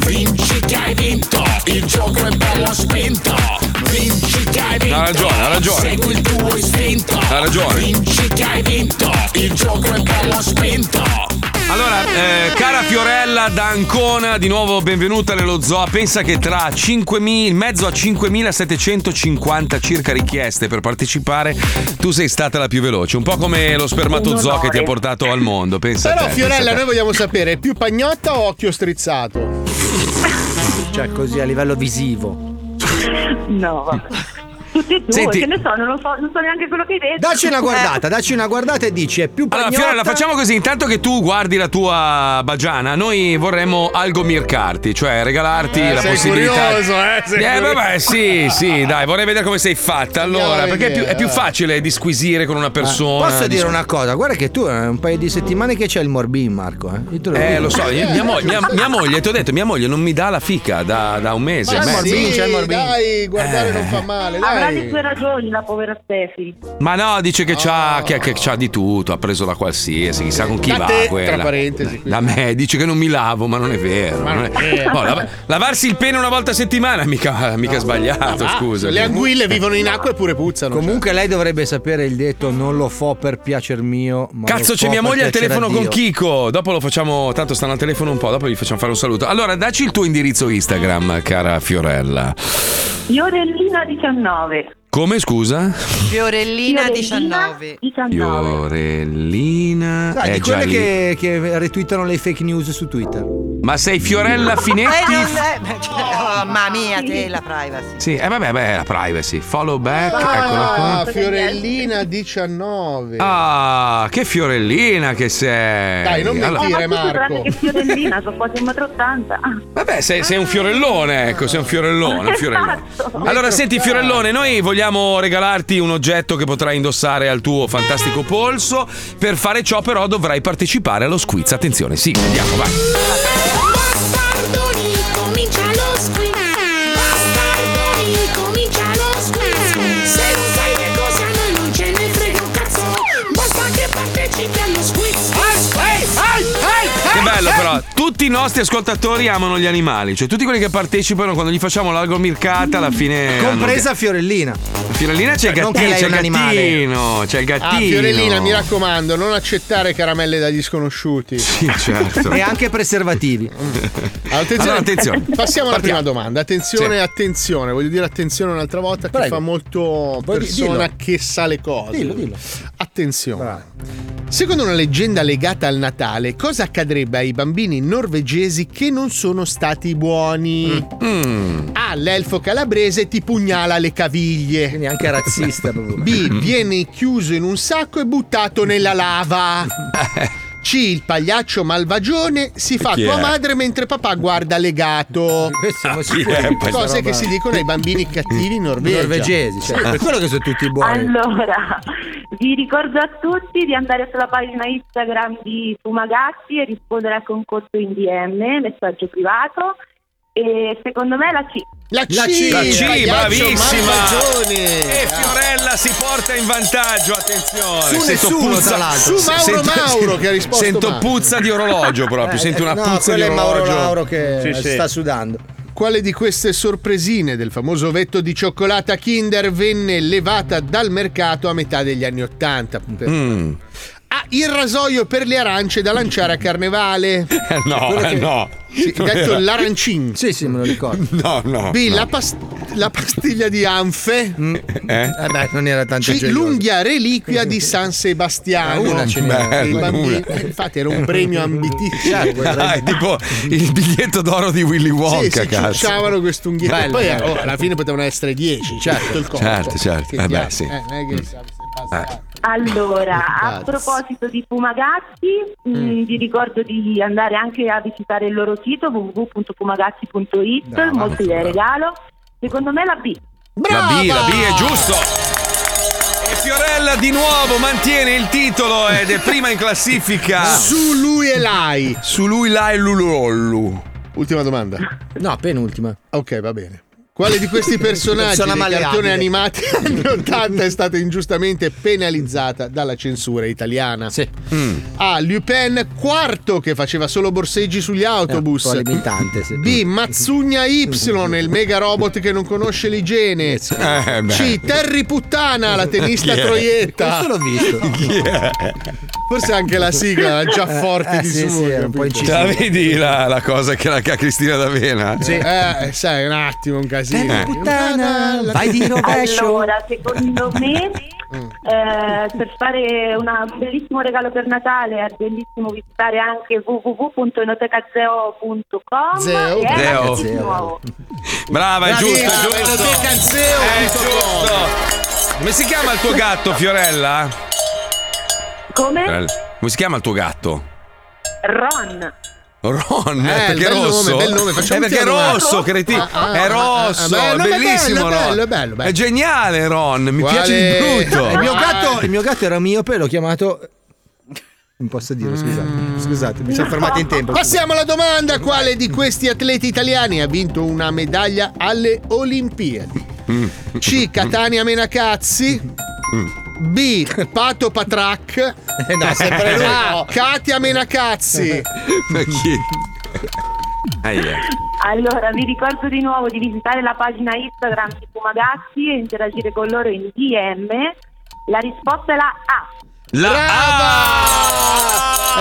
Vinci che hai vinto, il gioco è bello spinto Vinci che hai vinto,
Ha ragione, ha ragione.
segui il tuo istinto
Ha ragione.
Vinci che hai vinto, il gioco è bello spinto
Allora, eh, cara Fiorella da Ancona, di nuovo benvenuta nello zoo. Pensa che tra 5.000, in mezzo a 5.750 circa richieste per partecipare, tu sei stata la più veloce. Un po' come lo spermatozoo che ti ha portato al mondo. Pensa a
Però
te, pensa
Fiorella,
a te.
noi vogliamo sapere, più pagnotta o occhio strizzato?
Cioè, così a livello visivo.
No, vabbè. Tutti e due,
Senti-
che ne so, non, lo so, non so neanche quello che hai detto.
Dacci una guardata, dacci una guardata e dici è più
Allora,
pagnotta.
Fiorella, facciamo così: intanto che tu guardi la tua bagiana, noi vorremmo algomircarti, cioè regalarti
Eh,
la
sei
possibilità.
curioso, eh, sei
eh,
curioso.
vabbè, sì, sì, dai, vorrei vedere come sei fatta. Allora,
Andiamo a
perché è più,
vedere,
è più
eh.
facile disquisire
Eh,
con una persona.
Posso dire
diciamo.
una cosa? Guarda che tu è un paio di settimane che c'è il morbin, Marco. Eh, Io te lo,
Eh,
dico.
lo so, io- mia, moglie, mia- mia moglie, ti ho detto, mia moglie non mi dà la fica da, da un mese.
Ma cioè
e
sì,
mezzo.
Cioè,
Dai,
Eh.
guardare non fa male,
Eh. Avrà
dai.
le sue ragioni la povera Stefi.
Ma no, dice che,
Ah.
c'ha, che, che c'ha di tutto, ha preso la qualsiasi, chissà con chi
Da
va
te, tra
quella.
parentesi,
Da me, dice che non mi lavo, ma non è vero.
Ma
non è-
non è vero.
Oh, lava- lavarsi il pene una volta a settimana, mica, mica sbagliato,
Ah,
scusa.
Le anguille vivono in acqua eppure puzzano.
Comunque
cioè.
lei dovrebbe sapere il detto non lo fo per piacer mio. Ma
Cazzo,
lo
c'è
fo
mia
per
moglie al
piacere a
telefono
Dio.
con Kiko. Dopo lo facciamo. Tanto stanno al telefono un po', dopo gli facciamo fare un saluto. Allora, dacci il tuo indirizzo Instagram, cara Fiorella.
Fiorellina 19.
Come scusa?
Fiorellina 19.
Fiorellina.
Sai,
è
di
già
quelle
lì.
che, che retweetano le fake news su Twitter.
Ma sei Fiorella Finetti?
Eh, non è- oh, mamma mia, te la privacy.
Sì, eh vabbè, beh, la privacy. Follow back, eccola qua.
Ah, Fiorellina 19.
Ah, che fiorellina che sei!
Dai,
Eh,
non
Allora-
mentire,
Tranne
Marco.
che Fiorellina, sono quasi 1,80 m.
Vabbè, sei, sei un fiorellone, ecco, sei un fiorellone, un fiorellone.
Esatto.
Allora, senti, fiorellone, noi vogliamo regalarti un oggetto che potrai indossare al tuo fantastico polso. Per fare ciò, però, dovrai partecipare allo squiz. Attenzione, sì, andiamo, vai.
Bastardoni, comincia lo squillo. Bastardoni, comincia lo squillo. Se non sai che cosa a noi non ce ne frega un cazzo. Basta che partecipi allo squiz.
Che bello però, tutti i nostri ascoltatori amano gli animali, cioè tutti quelli che partecipano quando gli facciamo l'algomircata alla fine...
Compresa
hanno-
Fiorellina.
Fiorellina c'è il
Non che
gattino,
lei è
c'è il
un animale.
gattino, c'è il gattino.
Ah, Fiorellina, mi raccomando, non accettare caramelle dagli sconosciuti.
Sì, certo.
E anche preservativi.
Attenzione,
Allora, attenzione.
Passiamo alla
Partiamo.
prima domanda. Attenzione,
Sì.
attenzione, voglio dire attenzione un'altra volta che
Prego.
fa molto
Vuoi di-
persona
dillo.
che sa le cose.
Dillo, dillo.
Attenzione. Secondo una leggenda legata al Natale, cosa accadrebbe ai bambini norvegesi che non sono stati
Mm.
buoni? A. Ah, L'elfo calabrese ti pugnala le caviglie.
Quindi anche razzista proprio.
B. Viene chiuso in un sacco e buttato nella lava. C. Il pagliaccio malvagione si fa
Chi
tua
è? Ah,
madre menre papà guarda legato.
Siamo
chi è
questa
Cose
roba?
che si dicono ai bambini cattivi in Norvegia.
Norvegesi, cioè, per quello che sono tutti buoni.
Allora, vi ricordo a tutti di andare sulla pagina Instagram di Fumagazzi e rispondere al concorso in DM, messaggio privato. E secondo me la C.
La
La C, La C, ragazzo, bravissima. malvagione. E Fiorella si porta in vantaggio, attenzione.
Su nessuno, tra l'altro. Su Mauro Mauro Eh, che ha risposto
Sento
male.
puzza di orologio proprio, sento una
no,
puzza di
quello è Mauro
orologio.
Mauro che
Sì, sì.
sta sudando.
Quale di queste sorpresine del famoso vetto di cioccolata Kinder venne levata dal mercato a metà degli anni Ottanta? Per-
Mm.
Ah, il rasoio per le arance da lanciare a carnevale.
No,
Quello che-
eh, no.
Sì,
Non
detto
era.
l'arancin. Sì, sì, me lo ricordo.
No, no.
B,
no.
La, pas- la pastiglia di Anfe.
Eh?
Vabbè, non era tanto
C,
gioioso.
l'unghia reliquia di San Sebastiano.
Eh,
Ah, una ce n'era.
Dei
Bello,
bambini-
una.
Infatti, era un premio ambitissimo.
Certo, Dai,
guarda.
tipo il biglietto d'oro di Willy
Sì,
Wonka,
si
cazzo.
ciucciavano quest'unghietta.
Bello,
Poi eh,
bello.
oh, alla fine potevano essere 10.
Certo.
tutto il corpo.
Certo, certo.
Che
Vabbè,
diavolo.
sì. Mm.
Eh, non è che-
Eh,
Allora, a
Pazzi.
proposito di Fumagazzi, mh, vi ricordo di andare anche a visitare il loro sito www.fumagazzi.it,
Brava,
molto
brava.
le regalo. Secondo me la B.
La B, la B è giusto. E Fiorella di nuovo mantiene il titolo ed è prima in classifica.
Su lui e l'hai.
Su lui l'hai lulollu.
Ultima domanda.
No, penultima.
Ok, va bene. Quale di questi personaggi
Persona
dei
maleabile.
cartoni animati anni 80 è stata ingiustamente penalizzata dalla censura italiana? Sì.
Mm.
A. Lupin quarto che faceva solo borseggi sugli
Eh,
autobus.
un po' alimentante, sì.
B. Mazzugna Y, il mega robot che non conosce l'igiene.
Eh, beh.
C. Terry Puttana, la tenista
Chi è?
troietta.
Questo l'ho visto. Chi è?
Forse anche la sigla era già
Eh,
forte
eh,
di
sì,
su.
sì, era
capito?
Ce la vedi la, la cosa che la che ha Cristina D'Avena?
Sì. Eh, sai, un attimo, un casino.
Terry
Puttana,
vai di rovescio.
Allora, secondo me, eh, per fare una- un bellissimo regalo per Natale, è bellissimo visitare anche www.enotecazeo.com
Zeo.
e
Zeo.
anche di
Zeo.
nuovo.
Brava, è giusto, è
Bravissima,
giusto. Eh,
Enoteca Zeo,
È
tutto
giusto. Come si chiama il tuo gatto, Fiorella?
Come?
Fiorella, Come si chiama il tuo gatto?
Ron.
Ron,
Eh,
perché è
bel
rosso?
nome, bel nome, facciamo
Eh, perché è
un tiro,
rosso,
eh.
creti-
Ah, ah,
è
ah,
rosso,
ah, ah, bello,
è
bello,
bellissimo
bello,
Ron.
bello, bello, bello.
È geniale Ron, mi
Quale-
piace di brutto.
Il mio, gatto, il mio gatto era miope, l'ho chiamato. eh, Non posso dirlo, scusate. Scusate, mi sono fermato in tempo.
Passiamo alla domanda: quale di questi atleti italiani ha vinto una medaglia alle Olimpiadi? C. Catania Menacazzi. B. Pato Patrac.
Eh, no, sempre lui.
A. Katia Menacazzi.
Chi? Ahia.
Allora, vi ricordo di nuovo di visitare la pagina Instagram di Fumagazzi e interagire con loro in DM. La risposta è la A.
La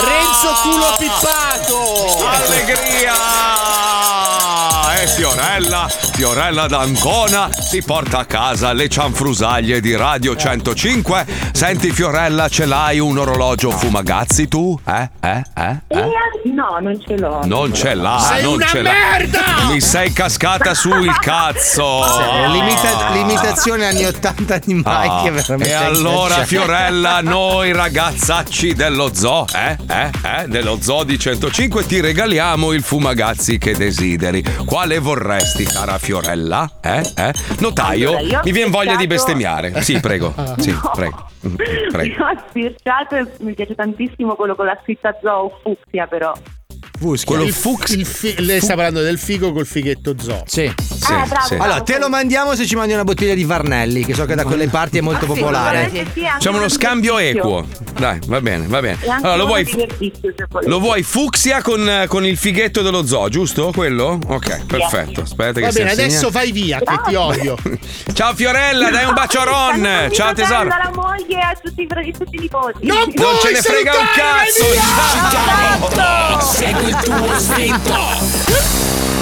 Renzo culo pippato!
Allegria! Ah, e Fiorella, Fiorella d'Ancona si porta a casa le cianfrusaglie di Radio 105. Senti Fiorella, ce l'hai un orologio fumagazzi tu? Eh? Eh? Eh? eh?
E- No, non ce l'ho.
Non ce l'ha,
Sei
non
una
ce l'ha.
merda!
Mi sei cascata sul cazzo.
Sì, limita- limitazione anni 80 di Mike
Ah,
è veramente
e allora
incacciata.
Fiorella, noi ragazzacci dello zoo, eh, eh, eh, dello zoo di 105 ti regaliamo il fumagazzi che desideri. Quale vorresti, cara Fiorella? Eh, eh? Notaio,
Allora, io ho
mi viene voglia di
pensato-
bestemmiare. Sì, prego. Sì, prego. Mm, prego.
Io ho sbirciato e mi piace tantissimo quello con la scritta zoo fucsia però.
Il fux- il fi- lei sta parlando del figo col fighetto zoo.
Sì.
Ah, bravo, sì. bravo.
Allora, te lo mandiamo se ci mandi una bottiglia di Varnelli, che so che da quelle parti è
Ah,
molto popolare.
Facciamo uno scambio equo. Dai, va bene, va bene.
E anche
Allora, lo
uno
vuoi,
di esercizio, se volete.
lo vuoi fucsia con, eh, con il fighetto dello zoo, giusto? Quello? Ok, perfetto. Aspetta
Va
che si
bene,
assegna.
adesso vai via, che ti odio.
Ciao Fiorella, dai un bacio a Ron. Ciao tesoro.
Alla moglie e a tutti i, a tutti i nipoti.
non ce ne frega un cazzo. Ciao.
Segui il tuo istinto!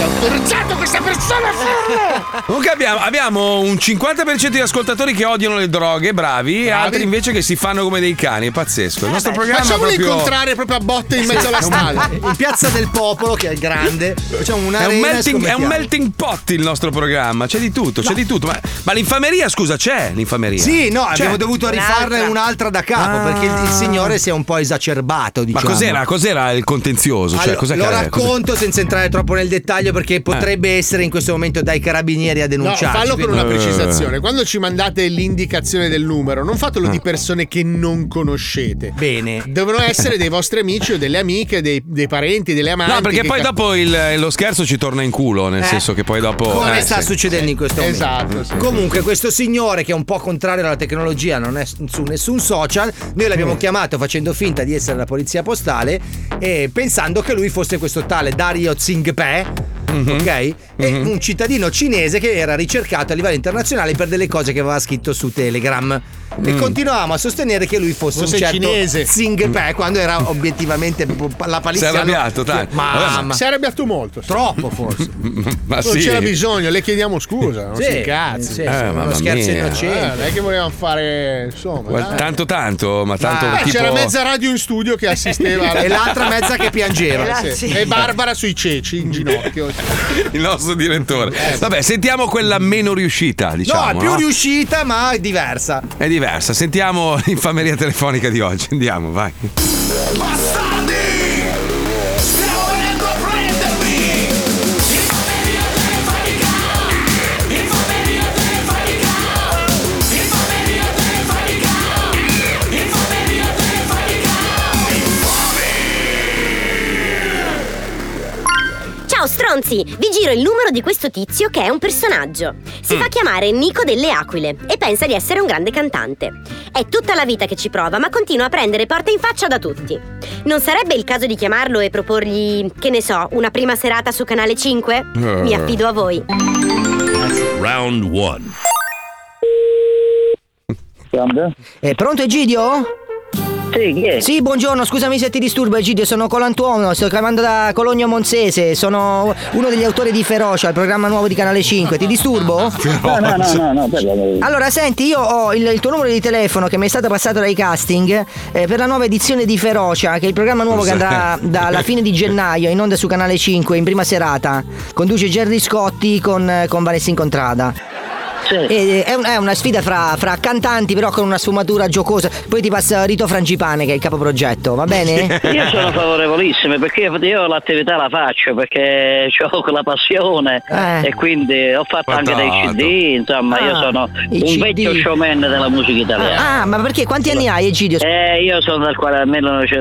Ho autorizzato questa persona a farlo!
Comunque abbiamo, abbiamo un 50% di ascoltatori che odiano le droghe, bravi, e altri invece che si fanno come dei cani, è pazzesco. Il
Eh
nostro programma
Facciamolo
è proprio
incontrare proprio a botte in mezzo alla
Sì,
strada.
In piazza del popolo, che è grande, facciamo una
È un, melting, è un melting pot il nostro programma, c'è di tutto, c'è di tutto. Ma, ma l'infameria, scusa, c'è l'infameria?
Sì, no,
C'è.
abbiamo dovuto rifarne un'altra da capo perché il, il signore si è un po' esacerbato.
Ah. Ma
Diciamo.
cos'era, cos'era il contenzioso? Cioè,
Allora,
cos'è Eh.
lo
che-
racconto senza entrare troppo nel dettaglio perché potrebbe essere in questo momento dai carabinieri a
No,
denunciarci.
fallo con
quindi-
Eh.
una precisazione. Quando ci mandate l'indicazione del numero, non fatelo
Ah.
di persone che non conoscete.
Bene.
Devono essere dei vostri amici o delle amiche, dei, dei parenti, delle amanti.
No, perché
che
poi
cap-
dopo il- lo scherzo ci torna in culo, nel
Eh.
senso che poi dopo.
Come
eh,
sta
sì.
succedendo in questo momento?
Esatto, sì.
Comunque, questo signore che è un po' contrario alla tecnologia, non è su nessun social, noi l'abbiamo chiamato facendo finta di essere la polizia postale e pensando che lui fosse questo tale Dario Zingpè. ok? E un cittadino cinese che era ricercato a livello internazionale per delle cose che aveva scritto su Telegram. E
Mm.
continuavamo a sostenere che lui fosse
Fosse
un certo
cinese.
Sing Pe quando era obiettivamente la palissiana.
Si è arrabbiato, tanto.
Mamma.
Adesso-
Si è arrabbiato molto.
Troppo forse.
Ma
non
sì.
c'era bisogno, le chiediamo scusa. Non
Sì,
si incazzi.
sì, sì, Eh, uno mamma scherzo mia. innocente.
Eh, non è che volevamo fare. Insomma.
Guarda,
dai.
Tanto tanto, ma tanto
Eh,
Beh,
tipo...
c'era mezza radio in studio che assisteva alla-
E l'altra mezza che piangeva.
Eh,
Grazie.
e Barbara sui ceci in ginocchio
il nostro direttore. Vabbè, sentiamo quella meno riuscita, diciamo.
no, è più riuscita, ma è diversa.
È diversa. Sentiamo l'infameria telefonica di oggi. Andiamo, vai.
Ciao stronzi, vi giro il numero di questo tizio che è un personaggio. Si fa chiamare Nico delle Aquile e pensa di essere un grande cantante. È tutta la vita che ci prova, ma continua a prendere porte in faccia da tutti. Non sarebbe il caso di chiamarlo e proporgli, che ne so, una prima serata su Canale 5? Mi affido a voi.
Round 1.
È Eh, pronto Egidio? Sì, Sì, buongiorno, scusami se ti disturbo Egidio, sono Colantuono, sto chiamando da Cologno Monzese, sono uno degli autori di Ferocia, il programma nuovo di Canale 5, ti disturbo?
No, no, no, no, no, parliamo.
Allora, senti, io ho il, il tuo numero di telefono che mi è stato passato dai casting eh, per la nuova edizione di Ferocia, che è il programma nuovo che andrà dalla fine di gennaio in onda su Canale 5 in prima serata. Conduce Gerry Scotti con, eh, con Vanessa Incontrada. E- è, un- è una sfida fra, fra cantanti, però con una sfumatura giocosa. Poi ti passa Rito Frangipane, che è il capoprogetto, va bene?
Io sono favorevolissimo perché io l'attività la faccio perché ho quella passione
Eh.
e quindi ho fatto anche dei Patato. CD, insomma io
Ah,
sono
i
un
CD.
vecchio showman della musica italiana.
Ah, ma perché? Quanti anni hai, Egidio?
Eh, io sono del 40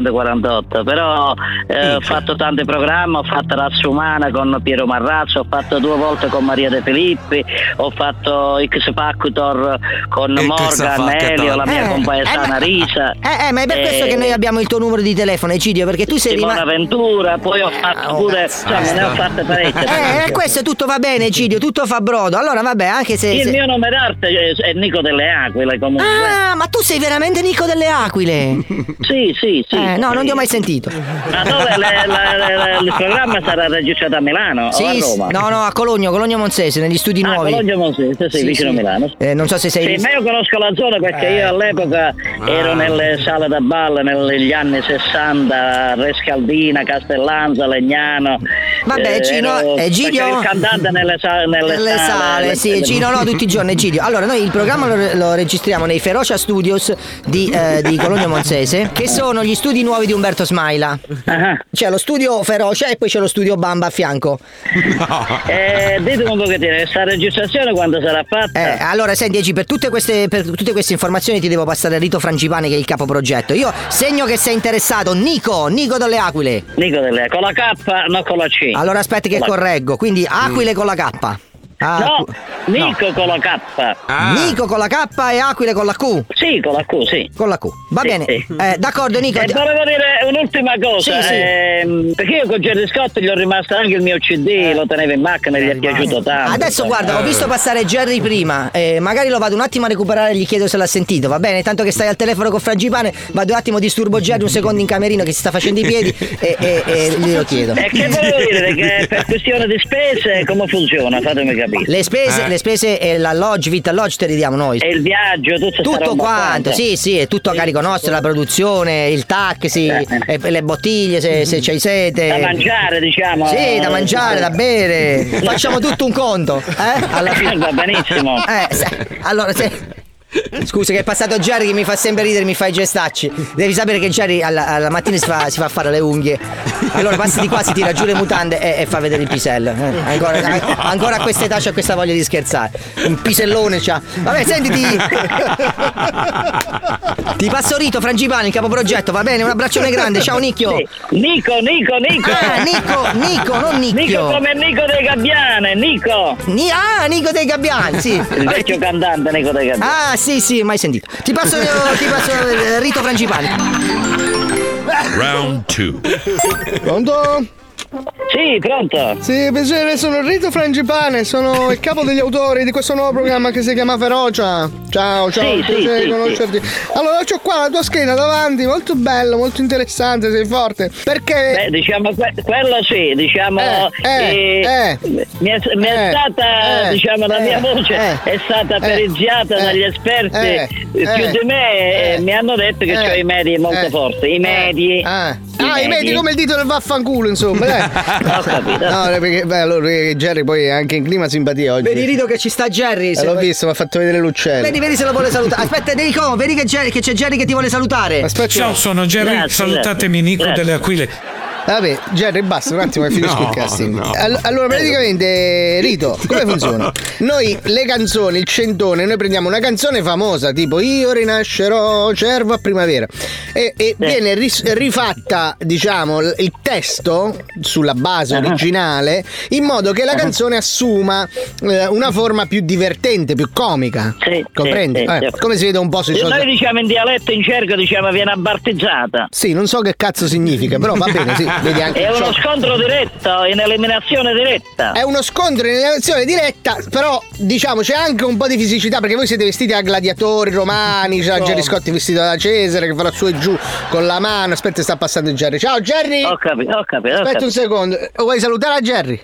1948, però eh, ho fatto tanti programmi, ho fatto Razza Umana con Piero Marrazzo, ho fatto due volte con Maria De Filippi, ho fatto X Factor con
X
Morgan,
Factor.
Elio, la mia
Eh,
compaesana
eh, ma-
Risa.
Eh, eh, ma è per questo che noi abbiamo il tuo numero di telefono, Egidio, perché tu sei
Simona
rimasto.
Ventura,
Ah,
poi ho
oh,
fatto pure, insomma, cioè, ne ho fatte parecchie.
Eh, eh, questo tutto va bene, Egidio, tutto fa brodo. Allora, vabbè, anche se.
Il
se-
mio nome d'arte eh, è- è Nico delle Aquile comunque.
Ah, ma tu sei veramente Nico delle Aquile?
Sì, sì, sì.
Eh, no, non ti ho mai sentito.
Ma dove le- la- la- la- il programma sarà registrato a Milano
Sì,
o a
sì,
Roma?
no, no, a Cologno, Cologno Monzese, negli studi
Ah,
nuovi.
Cologno Monzese, sì, vicino a Milano.
Eh, non so se sei. Eh.
Sì, ma io conosco la zona perché io all'epoca ero nelle sale da ballo negli anni 60, Rescaldina, Castellanza, Legnano. eh,
Vabbè, Gino,
ero-
Egidio-
perché Il cantante nelle, sa- nelle,
Le sale, sì, Egidio, no, tutti i giorni, Egidio. Allora, noi il programma lo, lo registriamo nei Ferocia Studios di, eh, di Cologno Monzese, che sono gli studi nuovi di Umberto Smaila.
Ah.
C'è lo studio Ferocia e poi c'è lo studio Bamba a fianco.
Eh, ditemi un pochettino, questa registrazione quando sarà fatta?
Eh, allora, senti, Egi, per tutte, queste, per tutte queste informazioni ti devo passare Rito Frangipane, che è il capoprogetto. Io segno che sei interessato, Nico, Nico delle Aquile.
Nico delle con la K, non con la C.
Allora, aspetta che
Con la-
correggo, quindi Aquile con la K.
No,
Aqu-
Nico con la K.
Nico con la K e Aquile con la Q.
Sì, con la Q, sì.
Con la Q. Va
Sì,
bene.
sì.
Eh, d'accordo, Nico.
E volevo dire un'ultima cosa,
Sì, sì.
ehm, perché io con Gerry Scott gli ho rimasto anche il mio CD, lo tenevo in macchina e gli è piaciuto tanto.
Eh.
cioè.
Adesso guarda,
eh.
ho visto passare Jerry prima, eh, magari lo vado un attimo a recuperare e gli chiedo se l'ha sentito, va bene? Tanto che stai al telefono con Frangipane, vado un attimo, disturbo Jerry un secondo in camerino che si sta facendo i piedi e, e- e glielo chiedo.
E che volevo dire che per questione di spese come funziona? Fatemi capire.
Le spese, le spese e l'alloggio, vitalloggi te li diamo noi.
E il viaggio, tutta sta
Tutto
roba qua,
quanto,
eh.
sì, sì, è tutto a carico nostro, la produzione, il taxi, e le bottiglie se, se c'hai sete.
Da mangiare, diciamo.
Sì, da mangiare, da bere. Facciamo tutto un conto, eh? Alla fine.
Va benissimo.
Eh, se- allora, se... Scusa che è passato Jerry che mi fa sempre ridere, mi fa i gestacci. Devi sapere che Jerry alla, alla mattina si fa, si fa fare le unghie. Allora passa di qua, si tira giù le mutande e, e fa vedere il pisello. Eh, ancora, a- ancora a questa età c'ha questa voglia di scherzare. Un pisellone c'ha. Vabbè, sentiti. Ti passo Rito, Frangipani, il capoprogetto, va bene? Un abbraccione grande, ciao Nicchio.
Nico, Nico, Nico.
Ah, Nico, Nico, non Nicchio.
Nico come Nico dei Gabbiane, Nico.
Ni- ah, Nico dei Gabbiani, sì.
Il vecchio cantante Nico dei Gabbiani.
Ah, sì, sì, mai sentito. Ti passo, ti passo eh, Rito Frangipani.
Round 2.
Pronto?
Sì, pronto.
Sì, piacere, sono Enrico Frangipane, sono il capo degli autori di questo nuovo programma che si chiama Ferocia. Ciao, ciao,
Sì, sì,
piacere
sì,
conoscerti. Allora, ho qua la tua scheda davanti, molto bello, molto interessante, sei forte. Perché...
Beh, diciamo que- quello sì, diciamo
Eh,
eh, mi è, mi è
eh,
stata
eh,
diciamo la mia
eh,
voce
eh,
è stata
eh,
periziata
eh,
dagli esperti
eh,
eh, più
eh,
di me e mi hanno detto che
eh,
ho i medi molto
eh,
forti, i medi.
Ah, i medi come il dito del vaffanculo, insomma, eh, dai.
Ho capito.
No, perché, beh, allora, perché Jerry poi è anche in clima simpatia oggi.
Vedi Rido che ci sta Jerry.
Eh,
se
l'ho
vuoi-
visto, mi ha fatto vedere l'uccello.
Vedi, vedi se lo vuole salutare. Ah, Aspetta, Enrico, vedi che, Jerry- che c'è Jerry che ti vuole salutare.
Aspetta.
Ciao, sono Jerry. Salutatemi, Nico delle Aquile.
Vabbè, Jerry, basta un attimo che finisco
No,
il casting.
no.
All- allora, praticamente, Rito, come funziona? Noi le canzoni, il centone, noi prendiamo una canzone famosa, tipo Io rinascerò, cervo a primavera, e, e viene ris- rifatta, diciamo, l- il testo sulla base
Uh-huh.
originale, in modo che la canzone assuma eh, una forma più divertente, più comica. Comprendi?
sì,
Eh,
sì.
Come si vede un po' sui
E
social.
Noi diciamo in dialetto in cerco diciamo viene abbartizzata.
Sì, non so che cazzo significa, però va bene, sì, vedi anche
È
il
uno
social.
scontro diretto, è un'eliminazione diretta.
È uno scontro in relazione diretta, però diciamo c'è anche un po' di fisicità perché voi siete vestiti da gladiatori romani, c'è
No.
Gerry Scotti vestito da Cesare che farà su e giù con la mano. Aspetta, sta passando Jerry. Ciao Jerry!
Ho capito, ho capito. ho
Aspetta un
capito.
secondo, vuoi salutare a Jerry?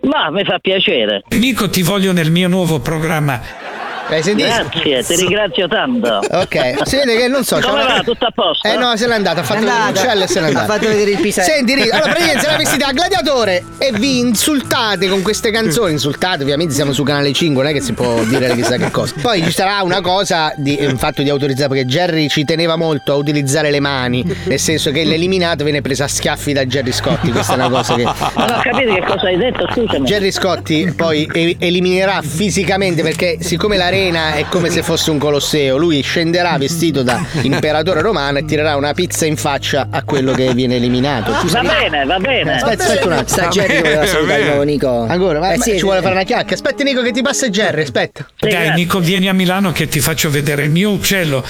Ma mi fa piacere.
Nico, ti voglio nel mio nuovo programma.
Hai sentito?
Grazie, ti ringrazio tanto.
Ok, si vede che non so.
Come
c'è
va?
una-
Tutto a posto?
Eh no, se n'è andato, ha fatto
È
vedere
andata.
l'uccello e se n'è
Ha
andato.
fatto vedere il pisello.
Senti, Rita, allora praticamente se la vestita da gladiatore e vi insultate con queste canzoni. Insultate, ovviamente siamo su canale 5, non è che si può dire chissà che cosa. Poi ci sarà una cosa di un fatto di autorizzare, perché Jerry ci teneva molto a utilizzare le mani, nel senso che l'eliminato viene presa a schiaffi da Jerry Scotti. Questa è una cosa che.
Non ho capito che cosa hai detto, scusami.
Jerry Scotti poi e- eliminerà fisicamente perché siccome l'arena è come se fosse un colosseo, lui scenderà vestito da imperatore romano e tirerà una pizza in faccia a quello che viene eliminato. Ci
Ah, Va
sarà- Eh,
bene, va bene.
Aspetta, aspetta un attimo. Eh,
Sta Jerry che voleva salutare di nuovo Nico.
Ancora, ma,
Eh
ma
sì,
ci vuole
eh.
fare una chiacchiera. Aspetta Nico che ti passa Jerry, aspetta.
Dai, Nico, vieni a Milano che ti faccio vedere il mio uccello.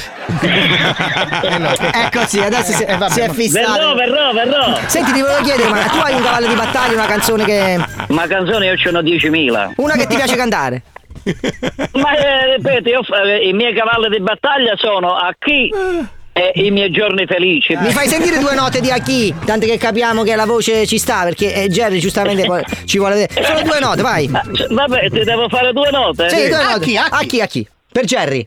Ecco sì, adesso si,
Eh, vabbè,
si è
ma-
fissato.
Verrò, verrò, verrò.
Senti, ti volevo chiedere, ma tu hai un cavallo di battaglia, una canzone che.
Ma canzone io ce n'ho 10.000.
Una che ti piace cantare?
Ma eh, ripeto, io, fa- eh, i miei cavalli di battaglia sono a chi e i miei giorni felici.
Mi fai sentire due note di Aki, tanto che capiamo che la voce ci sta, perché eh, Jerry giustamente poi ci vuole vedere. Solo due note, vai.
Ah, cioè, Vabbè, ti devo fare due note.
Sì, due note. Aki, Aki. Per Jerry.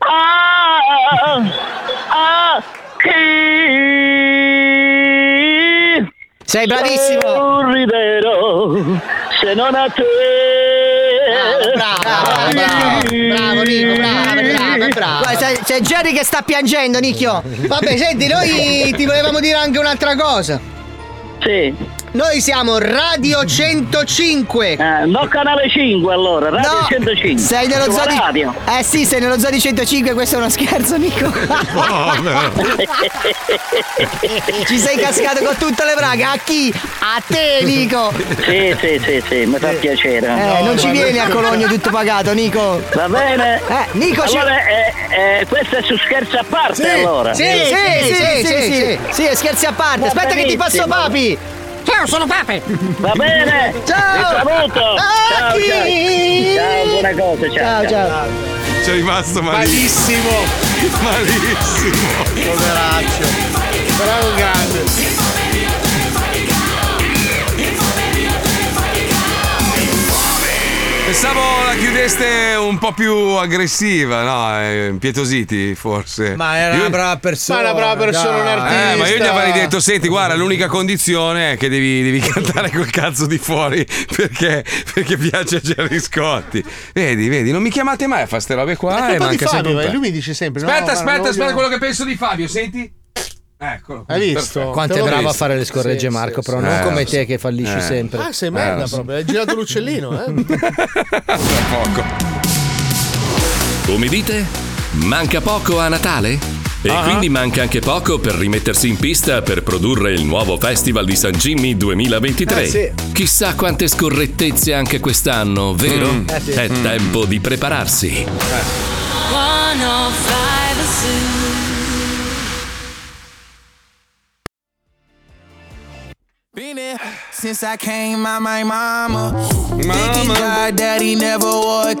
Sei bravissimo.
Sorriderò se non a te.
Bravo, bravo, bravo Nico, bravo, bravo, bravo.
Guarda, c'è, c'è Jerry che sta piangendo, Nicchio.
Vabbè, senti, noi ti volevamo dire anche un'altra cosa.
Sì.
Noi siamo Radio 105.
Eh, no, Canale 5 allora, Radio
No,
105.
Sei nello
Sulla
zoo di...
radio.
Eh sì, sei nello zoo di 105, questo è uno scherzo, Nico. Eh, Ci sei cascato con tutte le braghe. A chi? A te, Nico.
Sì, sì, sì, sì, mi fa piacere.
Eh, non ci vieni a Cologno tutto pagato, Nico.
Va bene.
Eh, Nico, c'è-
allora, eh, eh, questo è su scherzo a parte
Sì,
allora.
Sì, sì, sì, sì, sì, sì, sì, eh, scherzi a parte.
Va
Aspetta che ti passo
benissimo.
Papi. Ciao, sono Pape.
Va bene.
Ciao. Ah,
Vi saluto.
Ah,
Ciao,
Aki.
ciao. Ciao, buona cosa.
Ciao,
Ciao,
ciao.
C'è rimasto malissimo. Malissimo.
Poveraccio. Bravo grande.
Pensavo la chiudeste un po' più aggressiva, no? eh, Pietositi, forse.
Ma Ah, era una brava persona.
Ma era una brava persona, un
Eh, ma io gli avrei detto: Senti, guarda, l'unica condizione è che devi, devi cantare quel cazzo di fuori perché, perché piace a Jerry Scotti. Vedi, vedi, non mi chiamate mai a fare ste robe qua.
È
e
colpa di
manca sempre
Fabio,
un
eh,
pezzo.
lui mi dice sempre.
Aspetta,
no, guarda,
aspetta,
non
aspetta,
voglio-
quello che penso di Fabio, senti? Eccolo.
Hai visto?
Quanto è
Te l'ho
bravo a
visto.
fare le scorregge Marco, però non
Eh,
come
sì.
te che fallisci
Eh.
sempre.
Ah, sei merda proprio. Hai girato l'uccellino, eh?
Tra poco.
Come dite? Manca poco a Natale? E
Ah.
quindi manca anche poco per rimettersi in pista per produrre il nuovo Festival di San Jimmy 2023.
Eh, sì.
Chissà quante scorrettezze anche quest'anno, vero?
Mm. Eh, sì.
È
Mm.
tempo di prepararsi.
Beanie, since I came out my mama. Thinking God daddy never would.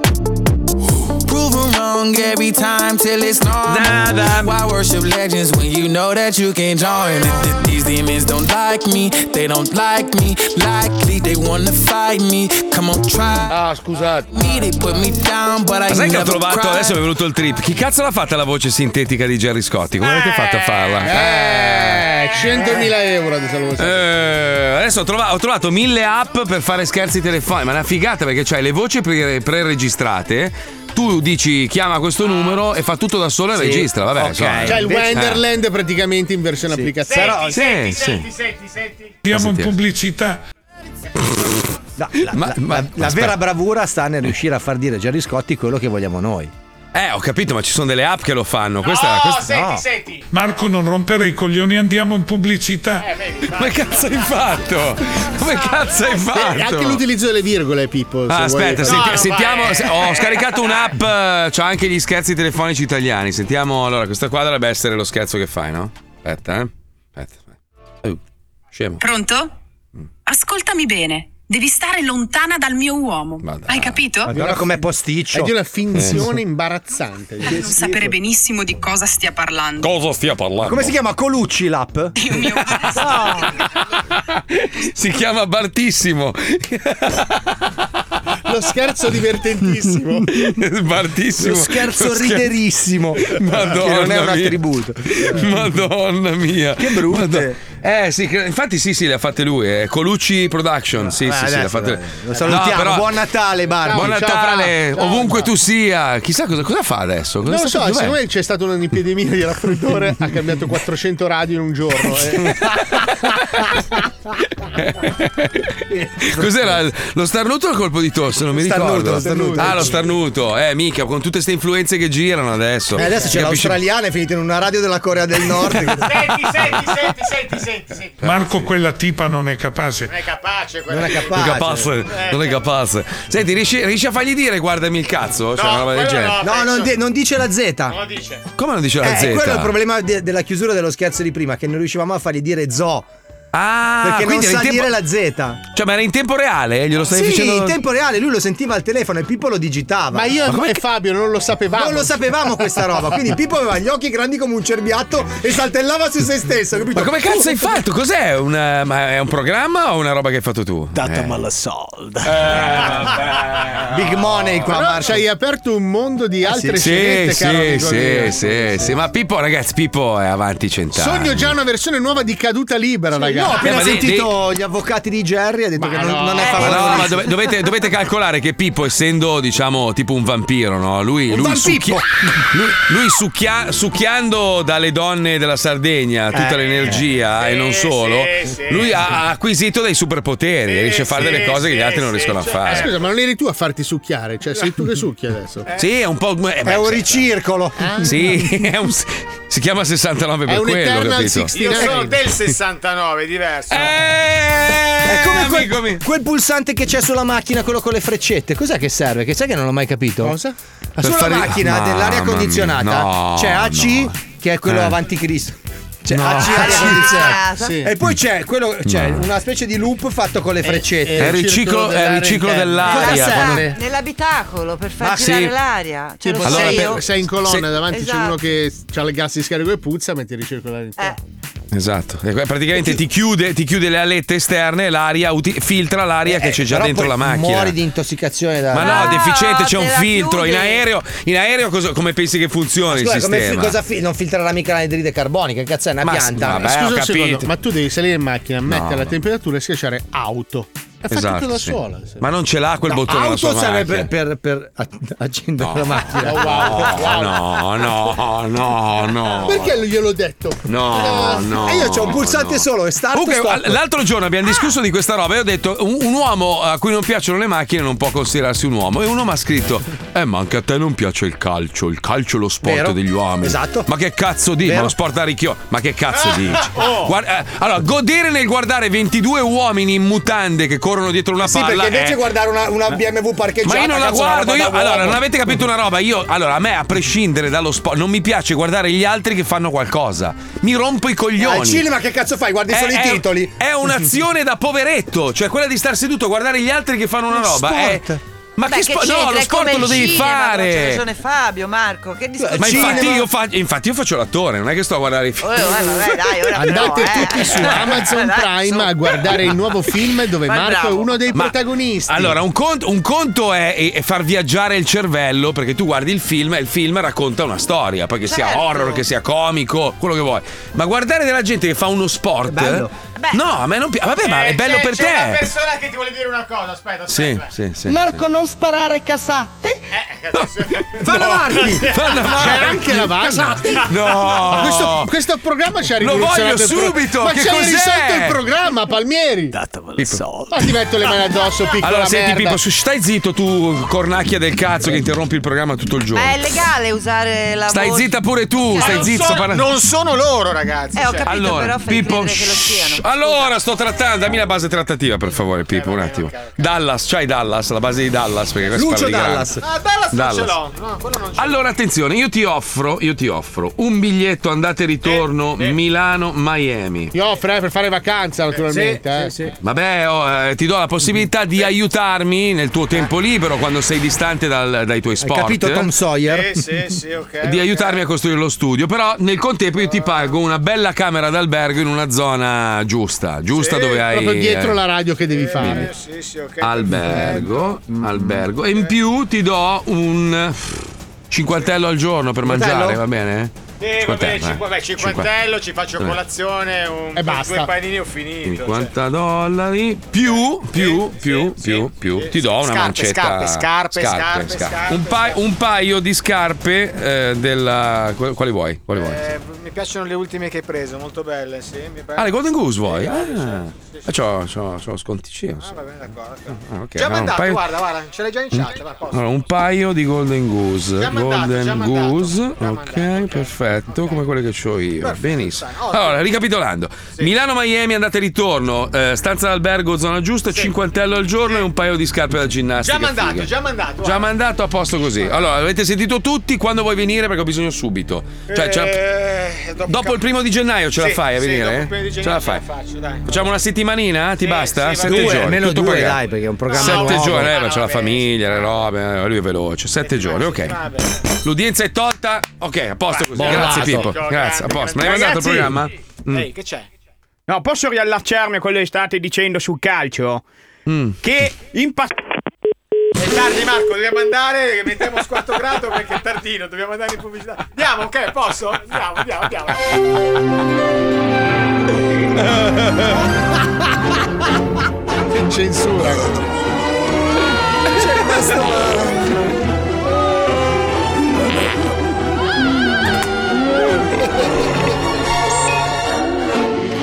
Prove 'em wrong every time till it's normal. Why worship legends when you know that you can join? Th- th- These demons don't like me, they don't like me. Likely they wanna fight me. Come on, try. Ah, scusate. Me, they put me down, but I
Ma sai che ho
never
trovato?
cried.
Adesso mi è venuto il trip. Chi cazzo l'ha fatta la voce sintetica di Jerry Scotti? Come avete fatto a farla?
Eh, 100.000 euro di salute.
Eh, adesso ho, trova- ho trovato mille app per fare scherzi telefonici. Ma è una figata perché c'hai le voci pre- preregistrate. Tu dici chiama questo numero e fa tutto da solo e
Sì.
registra. Vabbè,
Ok.
insomma.
Cioè il
Eh.
Wonderland praticamente in versione applicazione.
Però- Senti, sì, senti, eh,
Abbiamo in pubblicità.
No, la, la- la- la vera bravura sta nel riuscire a far dire a Gerry Scotti quello che vogliamo noi.
Eh, ho capito, ma ci sono delle app che lo fanno. Questa,
Oh,
questa- no.
senti. Marco, non rompere i coglioni, andiamo in pubblicità.
Eh,
Come cazzo hai fatto? Come cazzo hai fatto?
Eh, esatto. Eh, anche l'utilizzo delle virgole, Pippo. se vuoi
Ah, aspetta,
fare-
senti- sentiamo. se- oh, Ho scaricato un'app, eh, c'ho anche gli scherzi telefonici italiani. Sentiamo. Allora, questa qua dovrebbe essere lo scherzo che fai, no? Aspetta, eh. Aspetta. Oh, scemo.
Pronto?
Mm.
Ascoltami bene. Devi stare lontana dal mio uomo. Hai capito?
Allora com'è posticcio?
È di una finzione
Eh.
imbarazzante.
Non sapere benissimo di cosa stia parlando.
Cosa stia parlando?
Come si chiama? Colucci l'app?
Si chiama Bartissimo.
Lo scherzo divertentissimo.
Bartissimo.
Lo scherzo riderissimo.
Madonna
Che non è un
mia.
attributo.
Madonna mia. Che brutto. Eh sì, che- infatti sì, sì, le ha fatte lui. eh. Colucci Production. Sì,
Ah,
sì,
adesso,
sì, le ha fatte
dai, Lo salutiamo.
No, però-
Buon Natale, Barbie.
Buon Natale, ovunque tu sia. Chissà cosa, cosa fa adesso. Cosa
Non lo
sta-
so,
dov'è?
secondo me c'è stata un'epidemia di raffreddore, ha cambiato 400 radio in un giorno. eh.
Cos'era lo starnuto o il colpo di tosse? Non mi
Starnuto,
ricordo.
lo starnuto.
Ah, lo starnuto. Eh, mica, con tutte queste influenze che girano adesso.
Eh, adesso c'è
Capisci-
l'australiana, è finita in una radio della Corea del Nord.
Senti, senti, senti, senti, senti, senti.
Marco, quella tipa non è capace.
Non è capace quella.
Non è
Non è capace,
Eh,
non è capace. Senti, riesci, riesci a fargli dire guardami il cazzo? Cioè,
No,
una roba del
quello
genere.
no, No, non, di- non dice la Z.
Lo dice.
Come non dice
Eh,
la Z?
è quello il problema de- della chiusura dello scherzo di prima, che non riuscivamo a fargli dire zo.
Ah,
perché non
quindi era
sa
in tempo-
dire la Z.
Cioè, ma era in tempo reale? Glielo stai
sì,
dicendo?
in tempo reale lui lo sentiva al telefono e Pippo lo digitava.
Ma io e Fabio non lo sapevamo.
Non lo sapevamo questa roba. Quindi Pippo aveva gli occhi grandi come un cerbiatto e saltellava su se stesso. capito?
Ma come cazzo hai fatto? Cos'è? Una- ma è un programma o una roba che hai fatto tu? Eh. Datamela la Eh,
Eh.
Big money qua, Eh,
Però
Marco.
ci hai aperto un mondo di altre
Sì,
scenette, caro
sì,
amico mio.
sì, sì, sì. Ma Pippo, ragazzi, Pippo è avanti cent'anni.
Sogno già una versione nuova di caduta libera, ragazzi.
No, ho appena
Eh, ma di-
sentito gli avvocati di Jerry, ha detto che non, non è
Eh,
Eh, Ma
favorevole.
no, ma dove- dovete, dovete calcolare che Pippo, essendo diciamo tipo un vampiro, no? lui,
Un
lui,
vampippo.
lui- lui succhia- succhiando dalle donne della Sardegna tutta
Eh,
l'energia e non solo, lui ha, ha acquisito dei superpoteri, riesce a Cioè, fare delle cose che gli altri non riescono
cioè,
a
Ma
eh.
fare.
scusa, ma non eri tu a farti succhiare, cioè sei tu che succhi adesso. Ah.
Sì, è un po'. eh. eh, beh,
È un
sì.
ricircolo.
Sì, è un- si chiama 69 per quello, capito?
Io sono del 69, è diverso.
È Eh,
Eh,
come quel, quel pulsante che c'è sulla macchina, quello con le freccette. Cos'è che serve? Che sai che non l'ho mai capito? Cosa?
Per
Sulla
fare-
macchina
Mamma
dell'aria
mia,
condizionata
no,
c'è AC,
no.
che è quello
Eh.
avanti Cristo. C'è
No.
AC aria
Ah,
condizionata.
sì.
E poi c'è, quello, c'è
No.
una specie di loop fatto con le freccette.
è Eh, il riciclo- è il riciclo dell'aria.
Cosa serve?
quando-
Nell'abitacolo per far
Ah, sì.
girare l'aria. Ce lo
Allora,
Cioè, sei
per-
io.
sei in colonna
Se-
davanti c'è
Esatto.
uno che ha il gas di scarico e puzza, metti a
Eh.
ricircolare in
Esatto, E qua praticamente ti chiude, ti chiude le alette esterne e l'aria uti- filtra l'aria che c'è già
Eh, Però
dentro
poi
la macchina.
Muori di intossicazione da Ah,
Ma no, deficiente, c'è un
te la
filtro. In
chiudi.
aereo, in aereo cosa- come pensi che funzioni il
Scusa, come fi-
sistema?
cosa fi- non filtrerà mica l'anidride carbonica? Che cazzo è una
Ma-
pianta?
vabbè, ho
Scusa un
capito.
secondo, ma tu devi salire in macchina, mettere la
no.
temperatura e schiacciare auto. E fa
Esatto,
tutto da
sì.
sola.
Ma non ce l'ha quel
No,
bottone della sua
auto serve
macchina.
per, per a- accendere
No.
la macchina.
No, no, no, no.
Perché gliel'ho detto? Eh,
No, no.
E Eh, io c'ho un Ah. pulsante solo e start
Comunque,
stop.
l'altro giorno abbiamo discusso di questa roba e ho detto: un, un uomo a cui non piacciono le macchine non può considerarsi un uomo. E uno mi ha scritto: Eh, ma anche a te non piace il calcio. Il calcio è lo sport
Vero.
degli uomini.
Esatto.
Ma che cazzo dici? Ma
Vero.
lo sport da ricchione. Ma che cazzo dici? eh,
oh.
Guarda- eh, allora, godere nel guardare 22 uomini in mutande che corrono dietro una
Sì,
palla.
perché invece
eh.
guardare una, una BMW parcheggiata.
Ma io non la
cazzo, è una
guardo,
roba
io,
da
allora
uomo.
non avete capito una roba, io allora a me a prescindere dallo sport non mi piace guardare gli altri che fanno qualcosa, mi rompo i coglioni.
Eh, Al cinema che cazzo fai? Guardi
È-
solo i
è-
titoli.
È un'azione da poveretto, cioè quella di star seduto a guardare gli altri che fanno una
Lo
roba. è-
sport.
Ma
Beh,
che spo-
c'entra?
No, lo
È come
sport
il
lo devi
cinema,
fare.
c'ha ragione Fabio, Marco, che discorso
Ma infatti io, fa- infatti io faccio l'attore, non è che sto a guardare i film.
Oh,
Eh, vabbè, vabbè, dai, ora però,
Andate
eh.
tutti su Amazon Prime a guardare il nuovo film dove
Fai
Marco è
bravo.
uno dei
Ma-
protagonisti.
Allora, un conto, un conto è, è- è far viaggiare il cervello perché tu guardi il film e il film racconta una storia, poi che sia
Certo.
horror, che sia comico, quello che vuoi. Ma guardare della gente che fa uno sport,
bello.
no, a me non piace. Vabbè, ma
Eh,
è bello
c'è-
per
c'è una
te.
persona che ti vuole dire una cosa, aspetta,
Sì,
aspetta. Eh,
sì, sì.
Marco, non sparare casate.
Fa
avanti,
fa avanti.
C'è anche la Vanna.
No.
Esatto. Ma questo, questo programma ci ha
Lo
rivoluzionato
voglio
il pro-
subito,
Ma
che
ci hai
cos'è?
risolto il programma, Palmieri. Ma ti metto le mani addosso, piccola
Allora, senti,
merda.
Pippo, su- stai zitto tu, cornacchia del cazzo che interrompi il programma tutto il giorno.
Ma è legale usare la
Stai
voce?
zitta pure tu,
Cioè,
Ma
stai
non
zitto.
sono-
parla-
non sono loro, ragazzi, Eh, ho cioè. capito,
allora,
però fai
Pippo,
credere che lo
shh,
siano.
allora sto trattando, dammi la base trattativa per favore, Pippo, un attimo. Dallas, c'hai Dallas, la base di Dallas perché questo
Lucio
parla di
Dallas.
grande.
Ah, Dallas,
Dallas.
non ce l'ho. No, quello non ce l'ho.
Allora, attenzione, io ti offro, io ti offro un biglietto andate e ritorno
Eh,
Milano-Miami.
Ti offre eh, per fare vacanza, naturalmente. eh.
Vabbè, oh, eh, ti do la possibilità di aiutarmi nel tuo tempo libero quando sei distante dal- dai tuoi sport. eh?
capito, Tom Sawyer?
Eh, Sì, eh. sì, sì, ok.
Di aiutarmi a costruire lo studio, però nel contempo io ti pago una bella camera d'albergo in una zona giusta, giusta dove hai
Proprio dietro
eh,
la radio che devi fare.
Sì, sì, ok.
albergo, albergo e in più ti do un cinquantello al giorno per mangiare,
Cinquantello?
va bene?
Sì, va bene,
eh.
cinqu- vabbè, cinquantello, ci faccio
Eh.
colazione, cioè. un,
E basta.
due panini ho finito.
50 dollari più, più, più, più, più. ti do una
Scarpe,
mancetta.
scarpe, scarpe, scarpe, scarpe,
Un, pa- un paio di scarpe eh, della. qu- Quali vuoi? Quali vuoi?
Eh, mi piacciono le ultime che hai preso, molto belle, sì. Mi pare-
Ah, le Golden Goose vuoi?
Sì,
Ah,
sì,
ah, c'ho, c'ho, c'ho sconticino.
Ah, va bene, d'accordo. d'accordo.
Ah, ok,
Già
no, un
mandato,
paio- Mm.
guarda, guarda, ce l'hai già in chat. va, posto.
Allora, un paio di Golden Goose.
Già mandato,
Golden
già mandato,
Goose. ok, perfetto. Come quelle che ho io.
Perfetto,
Benissimo.
dai, ottimo.
Allora, ricapitolando: Milano-Miami, andate e ritorno. eh, stanza d'albergo, zona giusta, cinquantello al giorno e un paio di scarpe da ginnastica.
Già mandato,
fighe.
già mandato.
Già mandato a posto così. Allora, avete sentito tutti quando vuoi venire perché ho bisogno subito. Cioè, c'è-
Eh,
dopo il primo di gennaio ce la
Sì,
fai a
sì,
venire?
dopo il
eh?
primo di
ce la
gennaio
fai.
ce la faccio, dai.
Facciamo una settimanina? Ti basta?
sì, va
Sette
bene. Due,
giorni.
almeno
tutto
due,
pagato.
dai, perché è un programma
Sette
nuovo.
giorni, eh,
Ah,
ma c'è la famiglia, le robe, eh, lui è veloce. Sette giorni, ok.
Vabbè.
L'udienza è tolta. Ok, a posto così.
Bollato.
Grazie Pippo. Grazie, a posto. Me l'hai mandato il
Ragazzi!
programma? Mm.
Ehi, che c'è?
No, posso riallacciarmi a quello che state dicendo sul calcio?
Mm.
Che in passato.
È tardi Marco, dobbiamo andare, che mettiamo squattograto perché è tardino, dobbiamo andare in pubblicità. Andiamo, ok, posso? Andiamo, andiamo, andiamo.
Censura.
C'è questo.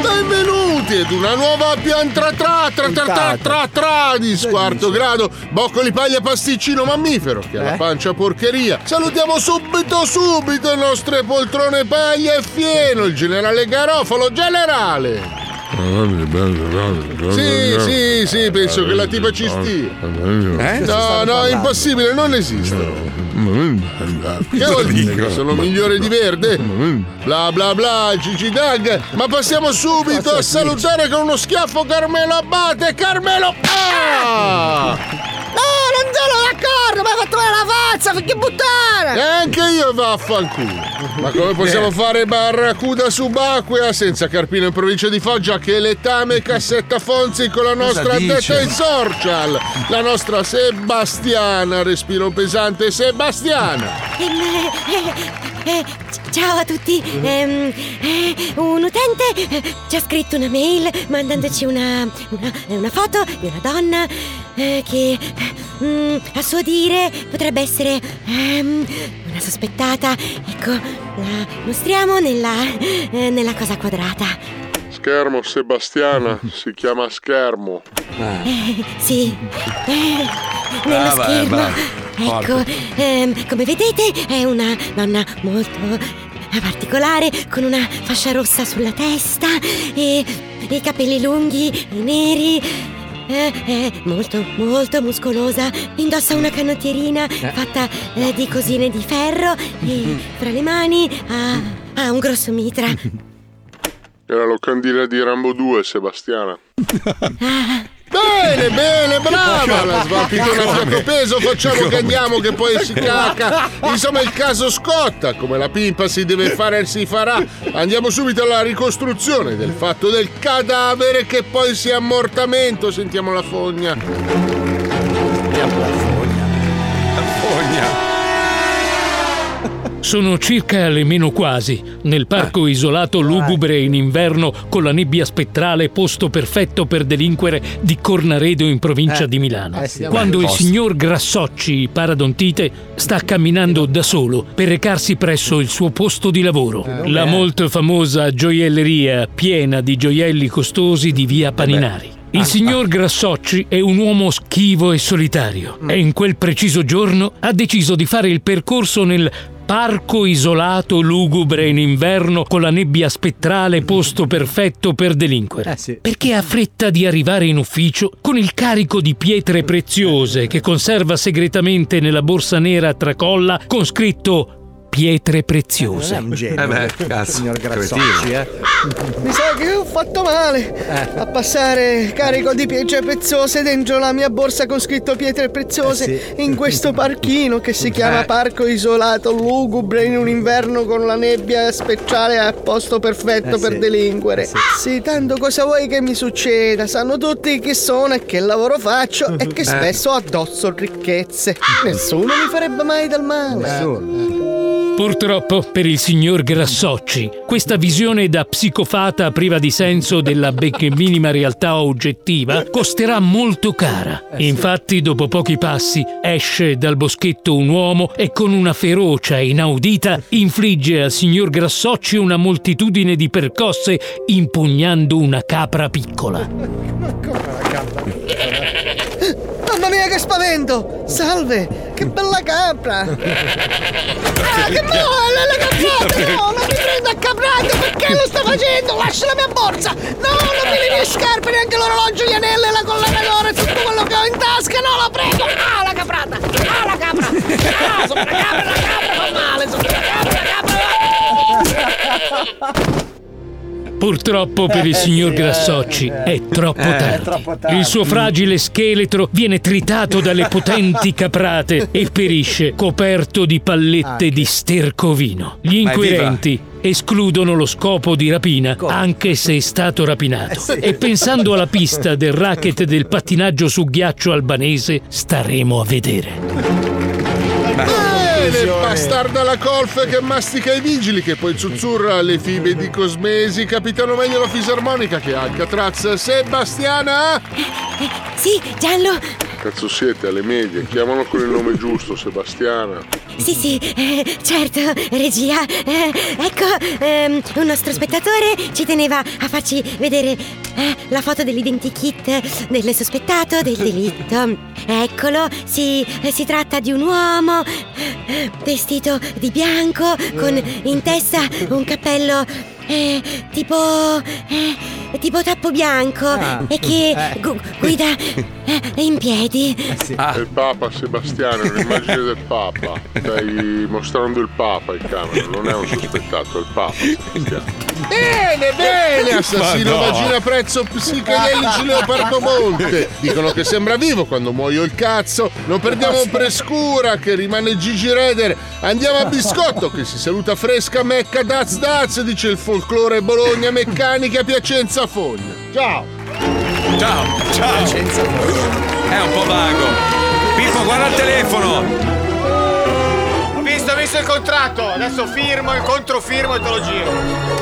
Benvenuti ad una nuova pian tra tra tra tra tra tra tra di quarto grado Boccoli paglia pasticcino mammifero che ha la pancia porcheria Salutiamo subito subito le nostre poltrone paglia e fieno Il generale Garofalo generale Sì sì sì penso che la tipa ci stia
Eh?
No no è impossibile non esiste che vuol dire? Sono migliore di verde? Bla bla bla, Gigi Dag. Ma passiamo subito a salutare con uno schiaffo Carmelo Abate. Carmelo! Ah!
No, non sono d'accordo, ma hai fatto male la faccia, che buttare!
E anche io vaffanculo. Ma come possiamo fare barracuda subacquea senza carpino in provincia di Foggia che letame e cassetta Fonzi con la nostra
dice?
addetta in social? La nostra Sebastiana, respiro pesante Sebastiana.
Ehm, eh, Ciao a tutti, Ehm, eh, un utente eh, ci ha scritto una mail mandandoci una, una- una foto di una donna eh, che eh, mm, a suo dire potrebbe essere ehm, una sospettata. Ecco, la mostriamo nella, eh, nella cosa quadrata.
Schermo Sebastiana, si chiama schermo.
Eh, sì, eh, nello
Brava, eh,
schermo.
brava.
Ecco,
Forte.
ehm, come vedete è una donna molto particolare con una fascia rossa sulla testa e dei capelli lunghi e neri. eh, eh, molto, molto muscolosa. Indossa una canottierina fatta eh, Mm-hmm. di cosine di ferro e fra le mani ha, ha un grosso mitra.
È la locandina di Rambo 2, Sebastiana.
Bene, bene, brava!
Come?
La svampitona a
Come?
fianco peso, facciamo
Come?
che andiamo, che poi si
Come?
cacca. Insomma, il caso scotta, come la pimpa si deve fare e si farà. Andiamo subito alla ricostruzione del fatto del cadavere che poi sia ammortamento. Sentiamo la fogna. Sentiamo la fogna. La fogna.
Sono circa le meno quasi, nel parco
Ah.
isolato
ecco.
lugubre in inverno con la nebbia spettrale, posto perfetto per delinquere di Cornaredo in provincia
Eh,
di Milano.
eh sì,
quando
bel
il
posto.
signor Grassocci Paradontite sta camminando da solo per recarsi presso il suo posto di lavoro, la
beh.
molto famosa gioielleria piena di gioielli costosi di via Paninari. Il signor Grassocci è un uomo schivo e solitario e in quel preciso giorno ha deciso di fare il percorso nel parco isolato lugubre in inverno con la nebbia spettrale posto perfetto per
Eh,
delinquere. Perché ha fretta di arrivare in ufficio con il carico di pietre preziose che conserva segretamente nella borsa nera a tracolla con scritto pietre preziose.
un genio.
Eh beh,
cazzo. Signor Grassocci,
cretino.
eh.
Mi sa che ho fatto male
Eh.
a passare carico di pietre preziose dentro la mia borsa con scritto pietre preziose in questo parchino che si chiama
Eh.
Parco Isolato Lugubre in un inverno con la nebbia speciale a posto perfetto
Eh,
per
sì.
delinquere. Sì. tanto cosa vuoi che mi succeda? Sanno tutti chi sono e che lavoro faccio e che
Eh.
spesso addosso ricchezze. Nessuno mi farebbe mai del male.
Purtroppo per il signor Grassocci, questa visione da psicofata priva di senso della benché minima realtà oggettiva costerà molto cara. Infatti, dopo pochi passi, esce dal boschetto un uomo e con una ferocia inaudita infligge al signor Grassocci una moltitudine di percosse impugnando una capra piccola.
Eh.
Eh, Mamma mia che spavento! Salve! Che bella capra!
Ah, che male, la cazzata! No, non mi prendo a caprate! Perché lo sta facendo? Lascia la mia borsa! No, non mi le mie scarpe, neanche l'orologio, gli anelli, la collana d'oro e tutto quello che ho in tasca! No, la prendo! Ah, la caprata! Ah, la capra! Ah, sono una capra, la capra fa male! Sono una capra, la capra!
Purtroppo per il
Eh,
signor
sì,
Grassocci è troppo
Eh, è
tardi.
troppo tardi.
Il suo fragile scheletro viene tritato dalle potenti caprate e perisce coperto di pallette di stercovino. Gli
Ma è viva?
inquirenti escludono lo scopo di rapina anche se è stato
Eh,
rapinato e pensando alla pista del racket del pattinaggio su ghiaccio albanese staremo a vedere.
Bene, bastarda la colf che mastica i vigili, che poi zuzzurra le fibe di Cosmesi, capitano meglio la fisarmonica che Alcatraz. Sebastiana!
Sì, Giallo,
Cazzo siete alle medie, chiamano con il nome giusto, Sebastiana.
Sì, sì, eh, certo, regia. Eh, ecco, ehm, un nostro spettatore ci teneva a farci vedere eh, la foto dell'identikit del sospettato del delitto. Eccolo, si, eh, si tratta di un uomo eh, vestito di bianco, con in testa un cappello eh, tipo... eh, tipo tappo bianco
Ah,
e che
eh.
gu- guida eh, in piedi.
È il Papa Sebastiano, è un'immagine del Papa. Stai mostrando il Papa in camera, non è un sospettato, è il Papa Sebastiano.
Bene, bene, assassino
Ma no.
vagina prezzo psichedelici Leopardo
Eh,
Monte. Dicono che sembra vivo quando muoio il cazzo. Non perdiamo prescura che rimane Gigi Reder. Andiamo a Biscotto che si saluta fresca mecca daz daz, dice il folklore Bologna Meccanica Piacenza Fogna. Ciao.
Ciao, ciao. È un po' vago. Pippo, guarda il telefono.
Ho visto, ho visto il contratto. Adesso firmo il controfirmo e te lo giro.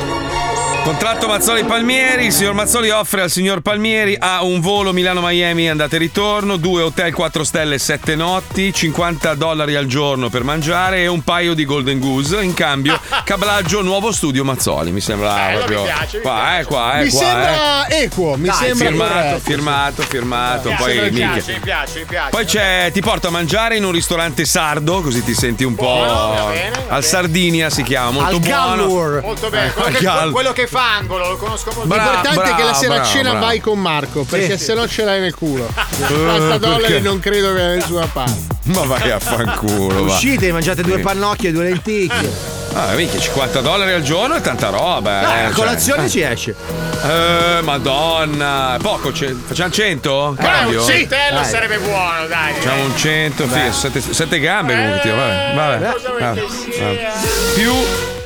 Contratto Mazzoli Palmieri. Il signor Mazzoli offre al signor Palmieri a un volo Milano-Miami andate e ritorno, due hotel 4 stelle 7 notti, 50 dollari al giorno per mangiare e un paio di Golden Goose in cambio. Cablaggio nuovo studio Mazzoli, mi sembra proprio.
mi piace, mi
qua, eh, qua, eh,
Mi
qua, eh.
sembra equo, mi sembra
firmato,
corretto.
firmato, firmato, poi
mi
minchia.
piace, mi piace, mi piace.
Poi c'è, ti porto a mangiare in un ristorante sardo, così ti senti un po'. al Sardinia si chiama, molto
Al
buono.
Gallur. Molto bene,
Eh,
quello,
al
che,
Gall-
quello che
Fangolo, lo conosco molto.
L'importante è che la sera a
bravo,
cena
bravo.
vai con Marco, perché
sì.
sennò ce l'hai nel culo.
40
Eh,
dollari non credo che da nessuna parte.
Ma vai a fanculo. va.
Uscite, mangiate due
Sì.
pannocchie e due lenticchie.
Ah, minchia, 50 dollari al giorno è tanta roba.
No,
eh,
a colazione
cioè.
ci esce.
Eh, madonna. Poco, ce- facciamo 100?
Eh,
Però un
Cambio?
citello
Dai.
sarebbe buono, dai.
Facciamo un 100, figo, sette, sette gambe comunque, tio, vabbè,
Eh,
vabbè.
cosa vuoi
Vabbè,
che sia?
vabbè. Più,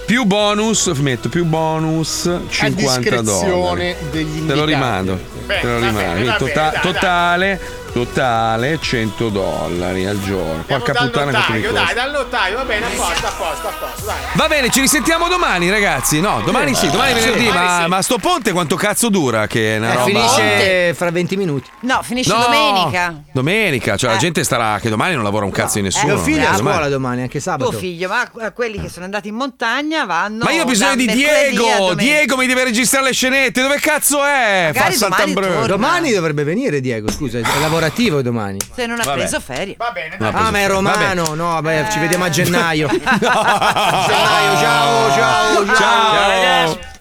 più bonus, metto più bonus 50 dollari.
discrezione degli
Te lo
invitati.
rimando,
Beh,
te lo
va
rimando.
bene,
Quindi
va
tota-
bene, dai,
totale, totale 100 dollari al giorno. Porca
Dal
puttana quanto mi
notaio,
costa.
dai, dal notaio, va bene, apposta, apposta, apposta, dai.
Va bene, ci risentiamo domani, ragazzi. No, domani sì, domani
Sì,
venerdì,
domani
ma,
sì.
ma sto ponte quanto cazzo dura? Che è una
Eh,
roba.
finisce fra 20 minuti.
No, finisce
No.
domenica.
Ah,
Domenica, cioè la gente starà che domani non lavora un cazzo di nessuno.
Mio figlio Eh, è a
domani.
scuola domani, anche sabato.
Tuo figlio, ma eh, quelli che sono andati in montagna vanno.
Ma io ho bisogno
da
di
mercoledì a
Diego!
domenica.
Diego mi deve registrare le scenette, dove cazzo è?
Magari
Fa
domani
Sant'Ambrogio.
torna.
Domani dovrebbe venire Diego, scusa, è lavorativo domani.
Se non ha
Vabbè.
preso Eh. ferie. Va bene,
dai.
Ah, ma è romano, no, beh, ci vediamo a gennaio. gennaio, ciao, ciao, ciao.
Ciao.
Ciao, ragazzi.